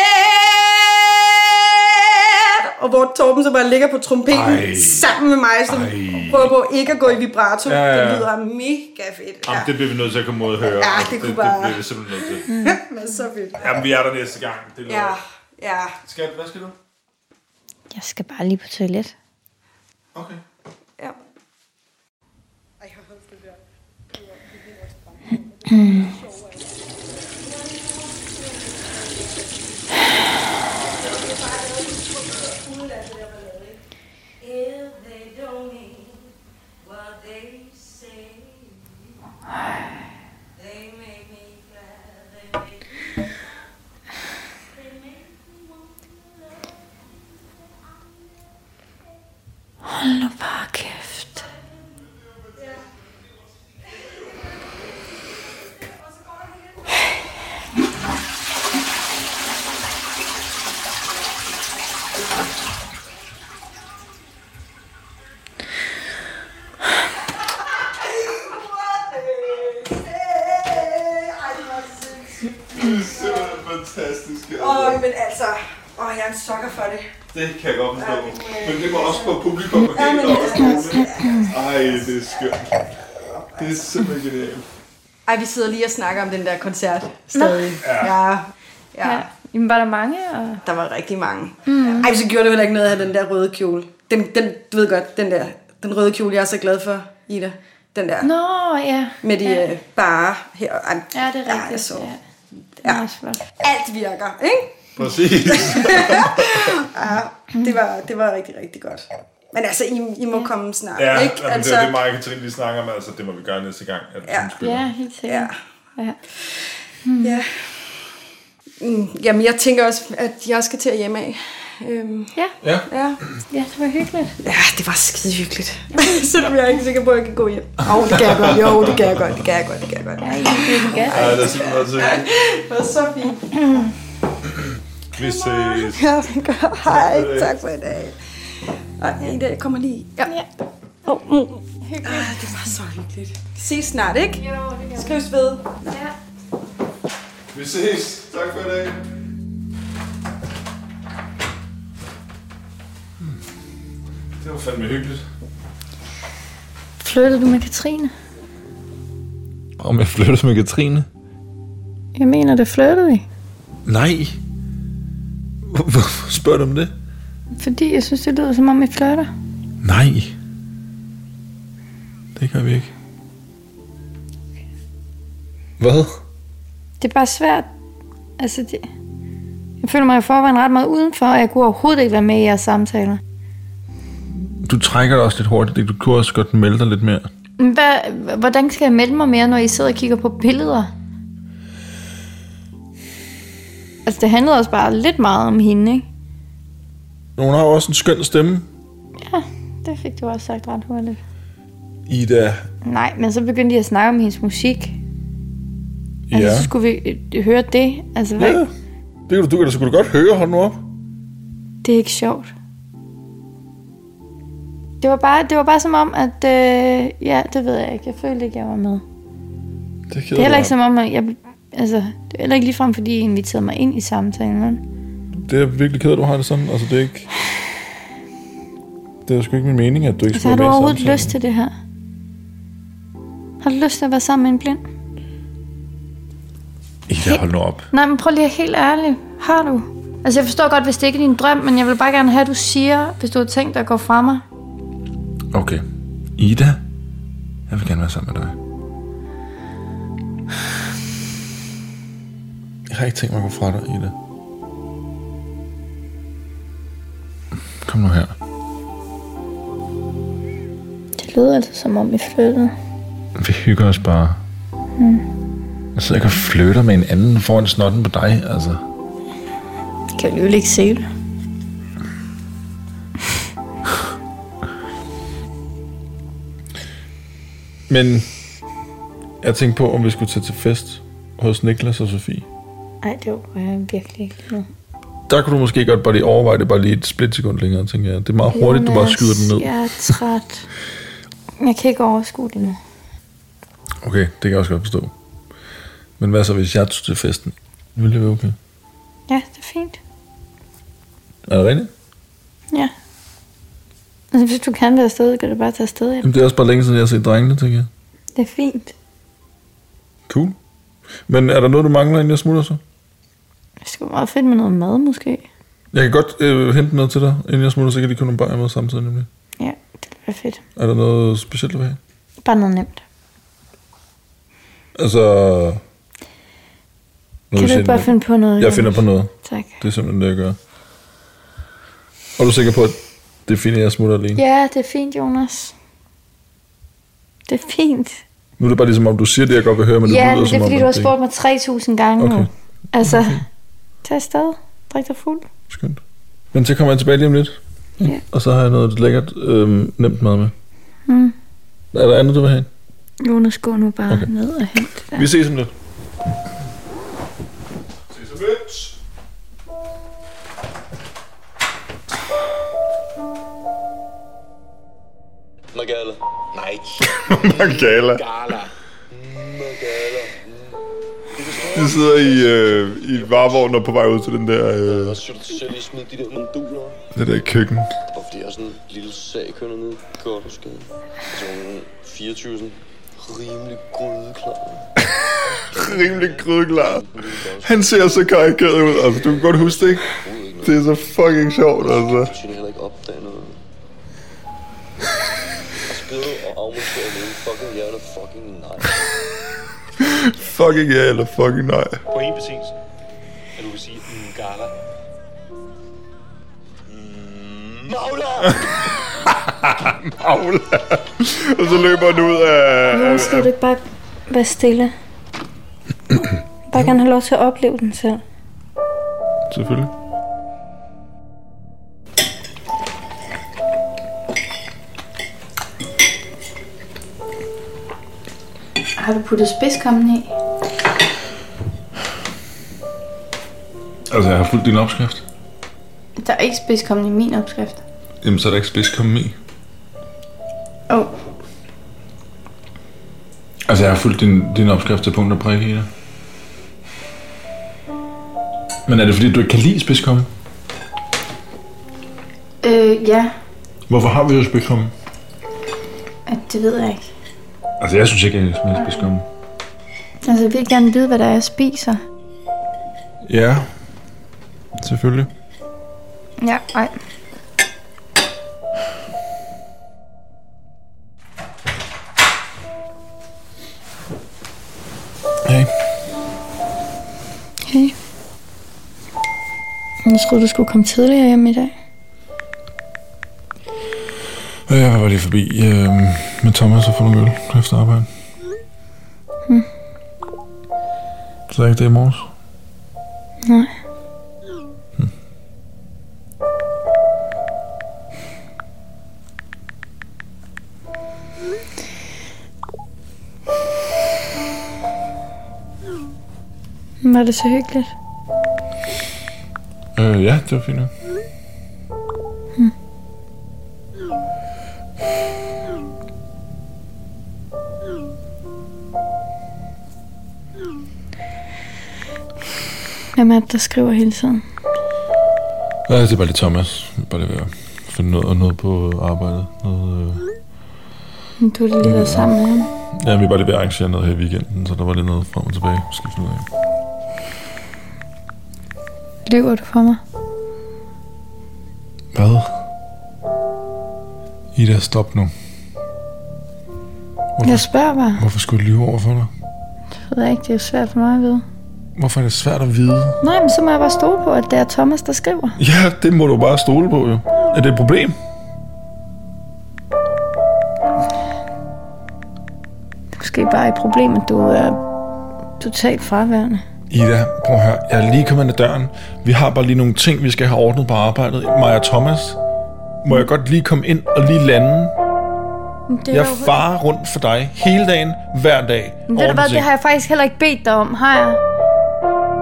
S13: Og hvor Torben så bare ligger på trompeten
S2: Ej.
S13: Ej. sammen med mig, som prøver på ikke at gå i vibrato.
S2: Ja, ja, ja.
S13: Det lyder mega fedt.
S2: Jamen, det bliver vi nødt til at komme ud og høre.
S13: Ja, det
S2: Altså,
S13: kunne
S2: det,
S13: bare-
S2: Det bliver vi simpelthen nødt til.
S13: Mm. Men så fedt.
S2: Jamen, vi er der næste gang. Det
S13: Ja,
S2: lover jeg.
S13: ja.
S2: Skat, hvad skal du?
S5: Jeg skal bare lige på toilet.
S2: Okay.
S13: Ja.
S5: Hold nu bare kæft.
S2: Det var fantastisk.
S13: Åh, men altså... Åh, jeg er en sukker for det.
S2: Det kan jeg godt forstå. Men det var også på publikum og helt Ej, det er skønt. Det er simpelthen genialt.
S13: Ej, vi sidder lige og snakker om den der koncert stadig.
S2: Ja.
S13: Ja. ja. Jamen, var der mange? Og... Der var rigtig mange. Mm. Ej, så gjorde det heller ikke noget at have den der røde kjole. Den, den, du ved godt, den der den røde kjole, jeg er så glad for, Ida. Den der.
S3: Nå, ja.
S13: Med de
S3: ja.
S13: ja. bare her. Ej,
S3: Ja, det er rigtigt.
S13: Ja, så.
S3: Ja.
S13: Ja. Alt virker, ikke? <laughs>
S2: Præcis.
S13: ja,
S3: Mm.
S13: det var, det var rigtig, rigtig godt. Men altså, I, I må komme snart,
S2: Ja,
S13: ikke?
S2: ikke, altså... det er det, Maja og Katrine lige snakker om. Altså, det må vi gøre næste gang, at ja. hun spiller.
S13: Ja, helt sikkert. Ja. Ja. Mm. ja. Mm, jamen, jeg tænker også, at jeg skal til at hjemme af. Øhm, ja.
S2: Ja.
S13: ja. Ja, det var hyggeligt. Ja, det var skide hyggeligt. Selvom jeg er ikke sikker på, at jeg kan gå hjem. Åh, oh, det kan jeg godt. Jo, det kan jeg godt. Det kan jeg godt. Det kan jeg godt. Ja,
S2: Ja, det er simpelthen noget til.
S13: Det var så fint.
S2: Vi ses.
S13: Ja, det gør. Hej, tak for i dag. Ej, Ida, jeg kommer lige. Ja. ja. Oh, mm. Ah, det var så hyggeligt. Vi ses snart, ikke? Jo, det kan Skrives ved. Ja.
S2: Vi ses. Tak for i dag. Hmm. Det var fandme hyggeligt.
S3: Flyttede du med Katrine?
S2: Om jeg flyttede med Katrine?
S3: Jeg mener, det flyttede I.
S2: Nej. Hvorfor spørger du om det?
S3: Fordi jeg synes, det lyder som om, I flytter.
S2: Nej. Det gør vi ikke. Hvad?
S3: Det er bare svært. Altså, det... Jeg føler mig i forvejen ret meget udenfor, og jeg kunne overhovedet ikke være med i jeres samtaler.
S2: Du trækker dig også lidt hurtigt. ikke? Du kunne også godt melde dig lidt mere.
S3: Men Hvad, hvordan skal jeg melde mig mere, når I sidder og kigger på billeder? Altså, det handlede også bare lidt meget om hende, ikke?
S2: Hun har jo også en skøn stemme.
S3: Ja, det fik du også sagt ret hurtigt.
S2: Ida.
S3: Nej, men så begyndte jeg at snakke om hendes musik. Altså,
S2: Ja.
S3: så skulle vi øh, høre det. Altså, hvad?
S2: Ja, det kan du, du kan da sgu da godt høre. Hold nu op.
S3: Det er ikke sjovt. Det var bare, det var bare som om, at... Øh, ja, det ved jeg ikke. Jeg følte ikke, jeg var med.
S2: Det,
S3: Det er heller ikke som om, at jeg... Altså, det er heller ikke ligefrem, fordi I inviterede mig ind i samtalen. vel?
S2: Det er jeg virkelig ked af, at du har det sådan. Altså, det er ikke... Det er sgu ikke min mening, at du ikke
S3: Altså,
S2: skal
S3: har du
S2: være med i
S3: overhovedet
S2: samtalen.
S3: lyst til det her? Har du lyst til at være sammen med en blind?
S2: Ida, hold nu op.
S3: Nej, men prøv lige at være helt ærlig.
S14: Har du? Altså, jeg forstår godt, hvis det ikke er din drøm, men jeg vil bare gerne have, at du siger, hvis du har tænkt dig at gå fra mig.
S15: Okay. Ida, jeg vil gerne være sammen med dig.
S2: Jeg har ikke tænkt mig at gå fra dig, Ida.
S15: Kom nu her.
S3: Det lyder altså, som om vi flyttede.
S15: Vi hygger os bare.
S3: Mm.
S15: Jeg sidder ikke og flytter med en anden foran snotten på dig, altså.
S3: Kan jeg alligevel ikke se det.
S2: Men jeg tænkte på, om vi skulle tage til fest hos Niklas og Sofie.
S3: Nej, det var jeg virkelig ikke noget.
S2: Der kunne du måske godt bare lige overveje det bare lige et splitsekund længere, tænker jeg. Det er meget hurtigt, du bare
S3: Jonas,
S2: skyder den ned.
S3: altså, Jeg er træt. Jeg kan ikke overskue det nu.
S2: Okay, det kan jeg også godt forstå. Men hvad så, hvis jeg tog til festen? Ville det være okay?
S3: Ja, det er fint.
S2: Er det rigtigt?
S3: Ja. Altså, hvis du kan være afsted, kan du bare tage afsted. Ja.
S2: Jamen, det er også bare længe siden, jeg har set drengene, tænker jeg.
S3: Det er fint.
S2: Cool. Men er der noget, du mangler, inden jeg smutter så?
S3: Det skulle være fedt med noget mad, måske.
S2: Jeg kan godt øh, hente noget til dig, inden jeg smutter, så kan de kunne bare med samtidig nemlig.
S3: Ja, det ville være fedt.
S2: Er der noget specielt, du vil have?
S3: Bare noget nemt.
S2: Altså...
S3: Kan du ikke
S2: siger-
S3: bare finde på noget,
S2: Jeg finder
S3: Jonas?
S2: på noget.
S3: Tak.
S2: Det er simpelthen det, jeg gør. Og du er sikker på, at det er fint, at jeg smutter alene?
S3: Ja, det er fint, Jonas. Det er fint.
S2: Nu er det bare ligesom, om du siger det, jeg godt vil høre, men det
S3: ja,
S2: lyder
S3: men det
S2: som om...
S3: er fordi,
S2: at
S3: du har
S2: det
S3: spurgt mig 3.000 gange nu.
S2: Okay.
S3: Altså, tag afsted. Drik dig fuld.
S2: ikke- Men så kommer jeg tilbage lige om lidt.
S3: Ja.
S2: Og så har jeg noget lækkert, øhm, nemt mad med.
S3: Mm.
S2: Er der andet, du vil have?
S3: Jonas, gå nu bare
S2: Okay.
S3: okay. ned og hent det der.
S2: Vi ses om lidt.
S12: Magala. Nej.
S5: <laughs> Magala.
S12: Gala.
S5: De sidder i, øh, i varevognen og på vej ud til den der, øh,
S12: Så du selv lige smide de der monduler.
S5: det der køkken.
S12: Og fordi jeg er sådan en lille sag kønner ned. Godt du skal. Så er hun 24 sådan rimelig grydeklar.
S5: Rimelig grydeklar. Han ser så karikeret ud, altså du kan godt huske det, ikke? Det er så fucking sjovt, altså.
S12: Du synes heller ikke opdage noget. Og så gider du og afmonterer min fucking hjerne fucking nej.
S5: Fucking ja eller fucking nej.
S12: På en betingelse. At du vil sige, mm, gala. Mm.
S5: <laughs>
S12: Magla!
S5: Magla. Og så løber han ud af...
S3: Jonas, skal du ikke bare være
S2: <clears throat>
S3: stille? Bare gerne have lov til at opleve den selv.
S2: Selvfølgelig.
S14: Har du puttet spidskommen i?
S15: Altså, jeg har fulgt din opskrift.
S14: Der er ikke spidskommen i min opskrift.
S15: Jamen, så er der ikke spids kommet i.
S14: Åh, oh,
S15: Altså, jeg har fulgt din, din opskrift til punkt og prik, Ida. Men er det fordi, du ikke kan lide spidskomme?
S14: øh, ja.
S15: Hvorfor har vi jo spidskomme?
S14: Øh, Det ved jeg ikke.
S15: Altså, jeg synes ikke, jeg smager spidskomme.
S14: Altså, jeg vil gerne vide, hvad der er, jeg spiser.
S2: Ja, selvfølgelig.
S14: Ja, nej.
S2: Hey.
S3: Hey. Jeg troede, du skulle komme tidligere hjem i dag.
S15: Og Jeg var lige forbi øh, med Thomas og få nogle øl efter arbejde.
S3: Mm.
S15: Så er ikke det i morges.
S3: Nej. Hmm. Var det så hyggeligt?
S15: Øh, ja, det var fint.
S3: Mm. Hvem er det, der skriver hele tiden?
S15: Ja, det er bare lige Thomas. Jeg er Bare lige ved at finde noget, noget på arbejdet. Noget, øh...
S3: Men Du har lige været sammen med ham.
S15: Ja, vi er bare lige ved at arrangere noget her i weekenden, så der var lidt noget frem og tilbage. Skal vi finde ud af.
S3: Lyver du for mig?
S16: Hvad? Ida, stop nu. Hvorfor,
S3: Jeg spørger bare.
S16: hvorfor skulle jeg lyve over for dig?
S3: Det ved jeg ikke, det er jo svært for mig at vide.
S16: Hvorfor er det svært at vide?
S3: Nej, men så må jeg bare stole på, at det er Thomas, der skriver.
S2: Ja, det må du bare stole på, jo. Er det et problem?
S3: Måske bare et problem, at du er totalt fraværende.
S2: Ida, prøv at høre. Jeg er lige kommet ind ad døren. Vi har bare lige nogle ting, vi skal have ordnet på arbejdet. Maja og Thomas, må jeg godt lige komme ind og lige lande?
S3: Men Det er
S2: Jeg
S3: jo-
S2: farer rundt for dig hele dagen, hver dag.
S3: Men ved du
S2: Ordne
S3: hvad, det
S2: ting.
S3: har jeg faktisk heller ikke bedt dig om, har jeg?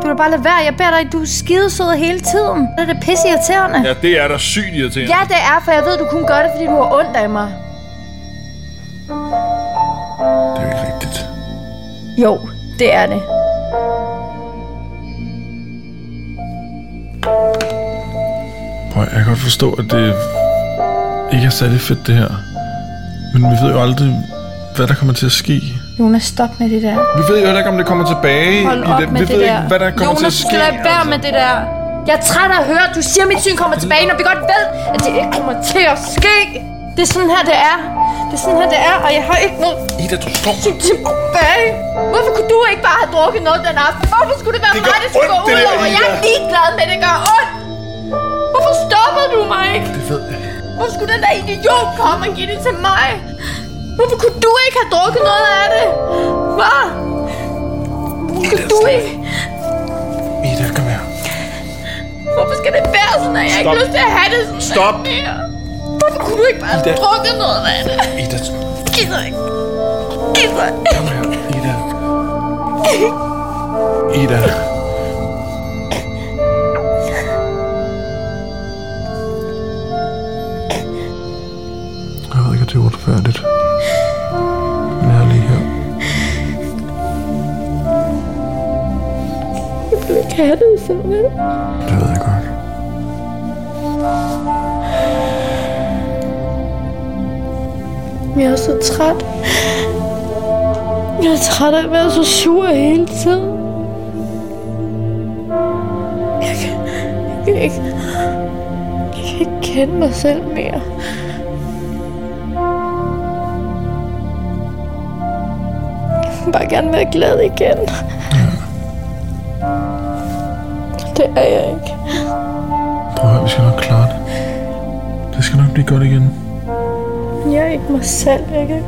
S3: Du vil bare lade være. Jeg beder dig, du er skidesød hele tiden. Det er da pisse irriterende.
S2: Ja, det er da sygt irriterende.
S3: Ja, det er, for jeg ved, du kun gør det, fordi du har ondt af mig.
S16: Det er jo ikke rigtigt.
S3: Jo, det er det.
S2: Prøv, at- jeg kan godt forstå, at det ikke er særlig fedt, det her. Men vi ved jo aldrig, hvad der kommer til at ske.
S3: Jonas, stop med det der.
S2: Vi ved jo heller ikke, om det kommer tilbage.
S3: Hold
S2: i
S3: op
S2: det.
S3: med
S2: vi
S3: det
S2: ved
S3: der.
S2: ikke, hvad der kommer
S3: Jonas,
S2: til at ske. altså.
S3: du skal lade være med det der. Jeg er træt af at høre, at du siger, at mit syn kommer tilbage, når vi godt ved, at det ikke kommer til at ske. Det er sådan her, det er. Det er sådan her, det er, og jeg har ikke noget
S2: Ida, du står...
S3: syn tilbage. Hvorfor kunne du ikke bare have drukket noget den aften? Hvorfor skulle det være
S2: Det gør
S3: mig, der skulle gå
S2: ondt, det
S3: ud
S2: der,
S3: over? Jeg er
S2: Ida.
S3: ligeglad med, at det gør ondt. Hvorfor stopper du mig ikke?
S2: Det ved jeg.
S3: Hvorfor skulle den der idiot komme og give det til mig? Hvorfor kunne du ikke have drukket noget af det? Hvad? Hvorfor kunne du ikke?
S2: Ida, kom her.
S3: Hvorfor skal det være sådan, at jeg ikke har
S2: Stop.
S3: lyst til at have det sådan
S2: Stop.
S3: her mere? Hvorfor kunne du ikke bare
S2: Ida.
S3: drukke noget af det?
S2: Ida,
S3: Gider ikke. Gider ikke.
S2: kom her. Ida. Ida.
S16: Jeg ved ikke, at det er uretfærdigt. Men jeg er lige her.
S3: Jeg vil ikke have det sådan.
S16: Det ved jeg godt.
S3: Jeg er så træt. Jeg er træt af at være så sur hele tiden. Jeg kan, jeg kan ikke... Jeg kan ikke kende mig selv mere. Jeg vil bare gerne være glad igen. Det er jeg ikke.
S16: Prøv at høre, vi skal nok klare det. Det skal nok blive godt igen.
S3: Jeg er ikke mig selv, ikke?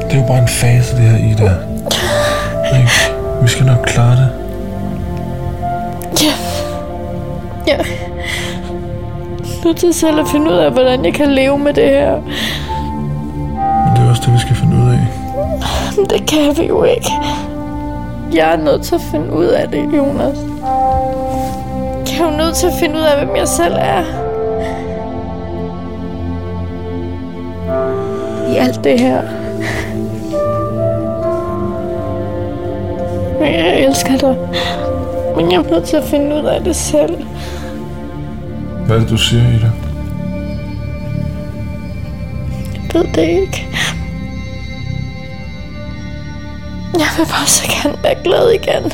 S16: Det er jo bare en fase, det her, Ida. Ikke? Vi skal nok klare det.
S3: Ja. Ja. Nu til selv at finde ud af, hvordan jeg kan leve med det her.
S16: Men det er også det, vi skal finde ud af.
S3: Men Det kan vi jo ikke. Jeg er nødt til at finde ud af det, Jonas. Jeg er jo nødt til at finde ud af, hvem jeg selv er. I alt det her. Men jeg elsker dig. Men jeg er nødt til at finde ud af det selv.
S16: Hvad er det, du siger, Ida?
S3: Jeg ved det ikke. Jeg vil bare så gerne være glad igen.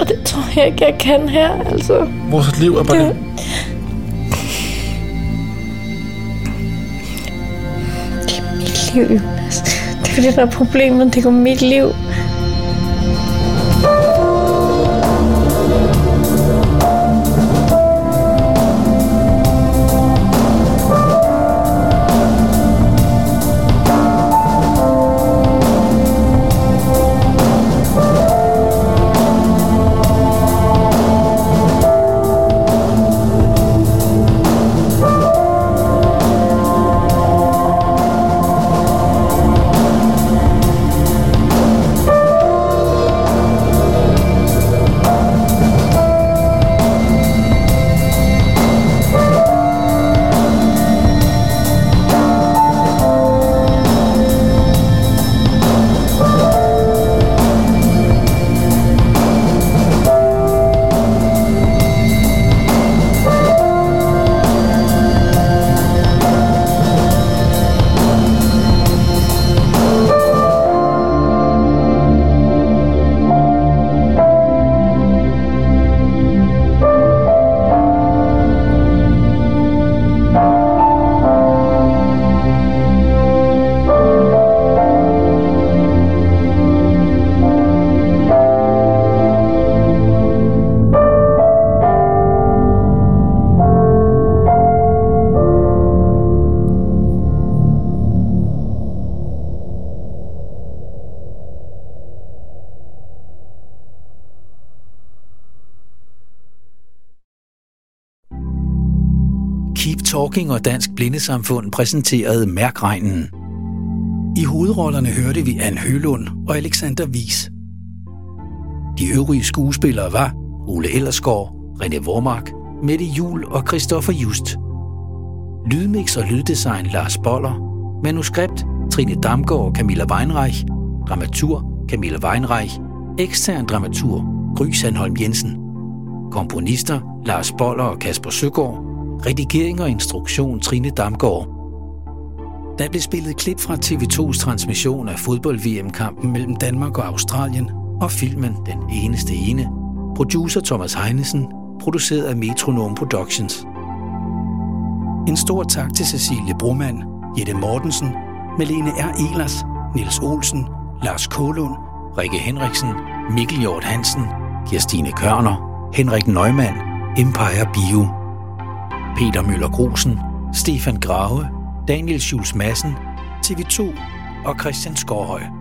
S3: Og det tror jeg ikke, jeg kan her, altså.
S2: Vores liv er bare det.
S3: Mit liv, Jonas. Det er jo det, der er problemet. Det går mit liv.
S1: Keep Talking og Dansk Blindesamfund præsenterede Mærkregnen. I hovedrollerne hørte vi Anne Hølund og Alexander Wies. De øvrige skuespillere var Ole Ellersgaard, René Vormark, Mette Jul og Christoffer Just. Lydmix og lyddesign Lars Boller. Manuskript Trine Damgaard og Camilla Weinreich. Dramatur Camilla Weinreich. Ekstern dramatur Gry Sandholm Jensen. Komponister Lars Boller og Kasper Søgaard. Redigering og instruktion Trine Damgaard. Der blev spillet klip fra TV2's transmission af fodbold-VM-kampen mellem Danmark og Australien og filmen Den Eneste Ene. Producer Thomas Heinesen, produceret af Metronome Productions. En stor tak til Cecilie Brumann, Jette Mortensen, Malene R. Elers, Niels Olsen, Lars Kålund, Rikke Henriksen, Mikkel Hjort Hansen, Kirstine Kørner, Henrik Neumann, Empire Bio, Peter Møller Grosen, Stefan Grave, Daniel Schulz Madsen, TV2 og Christian Skorhøj.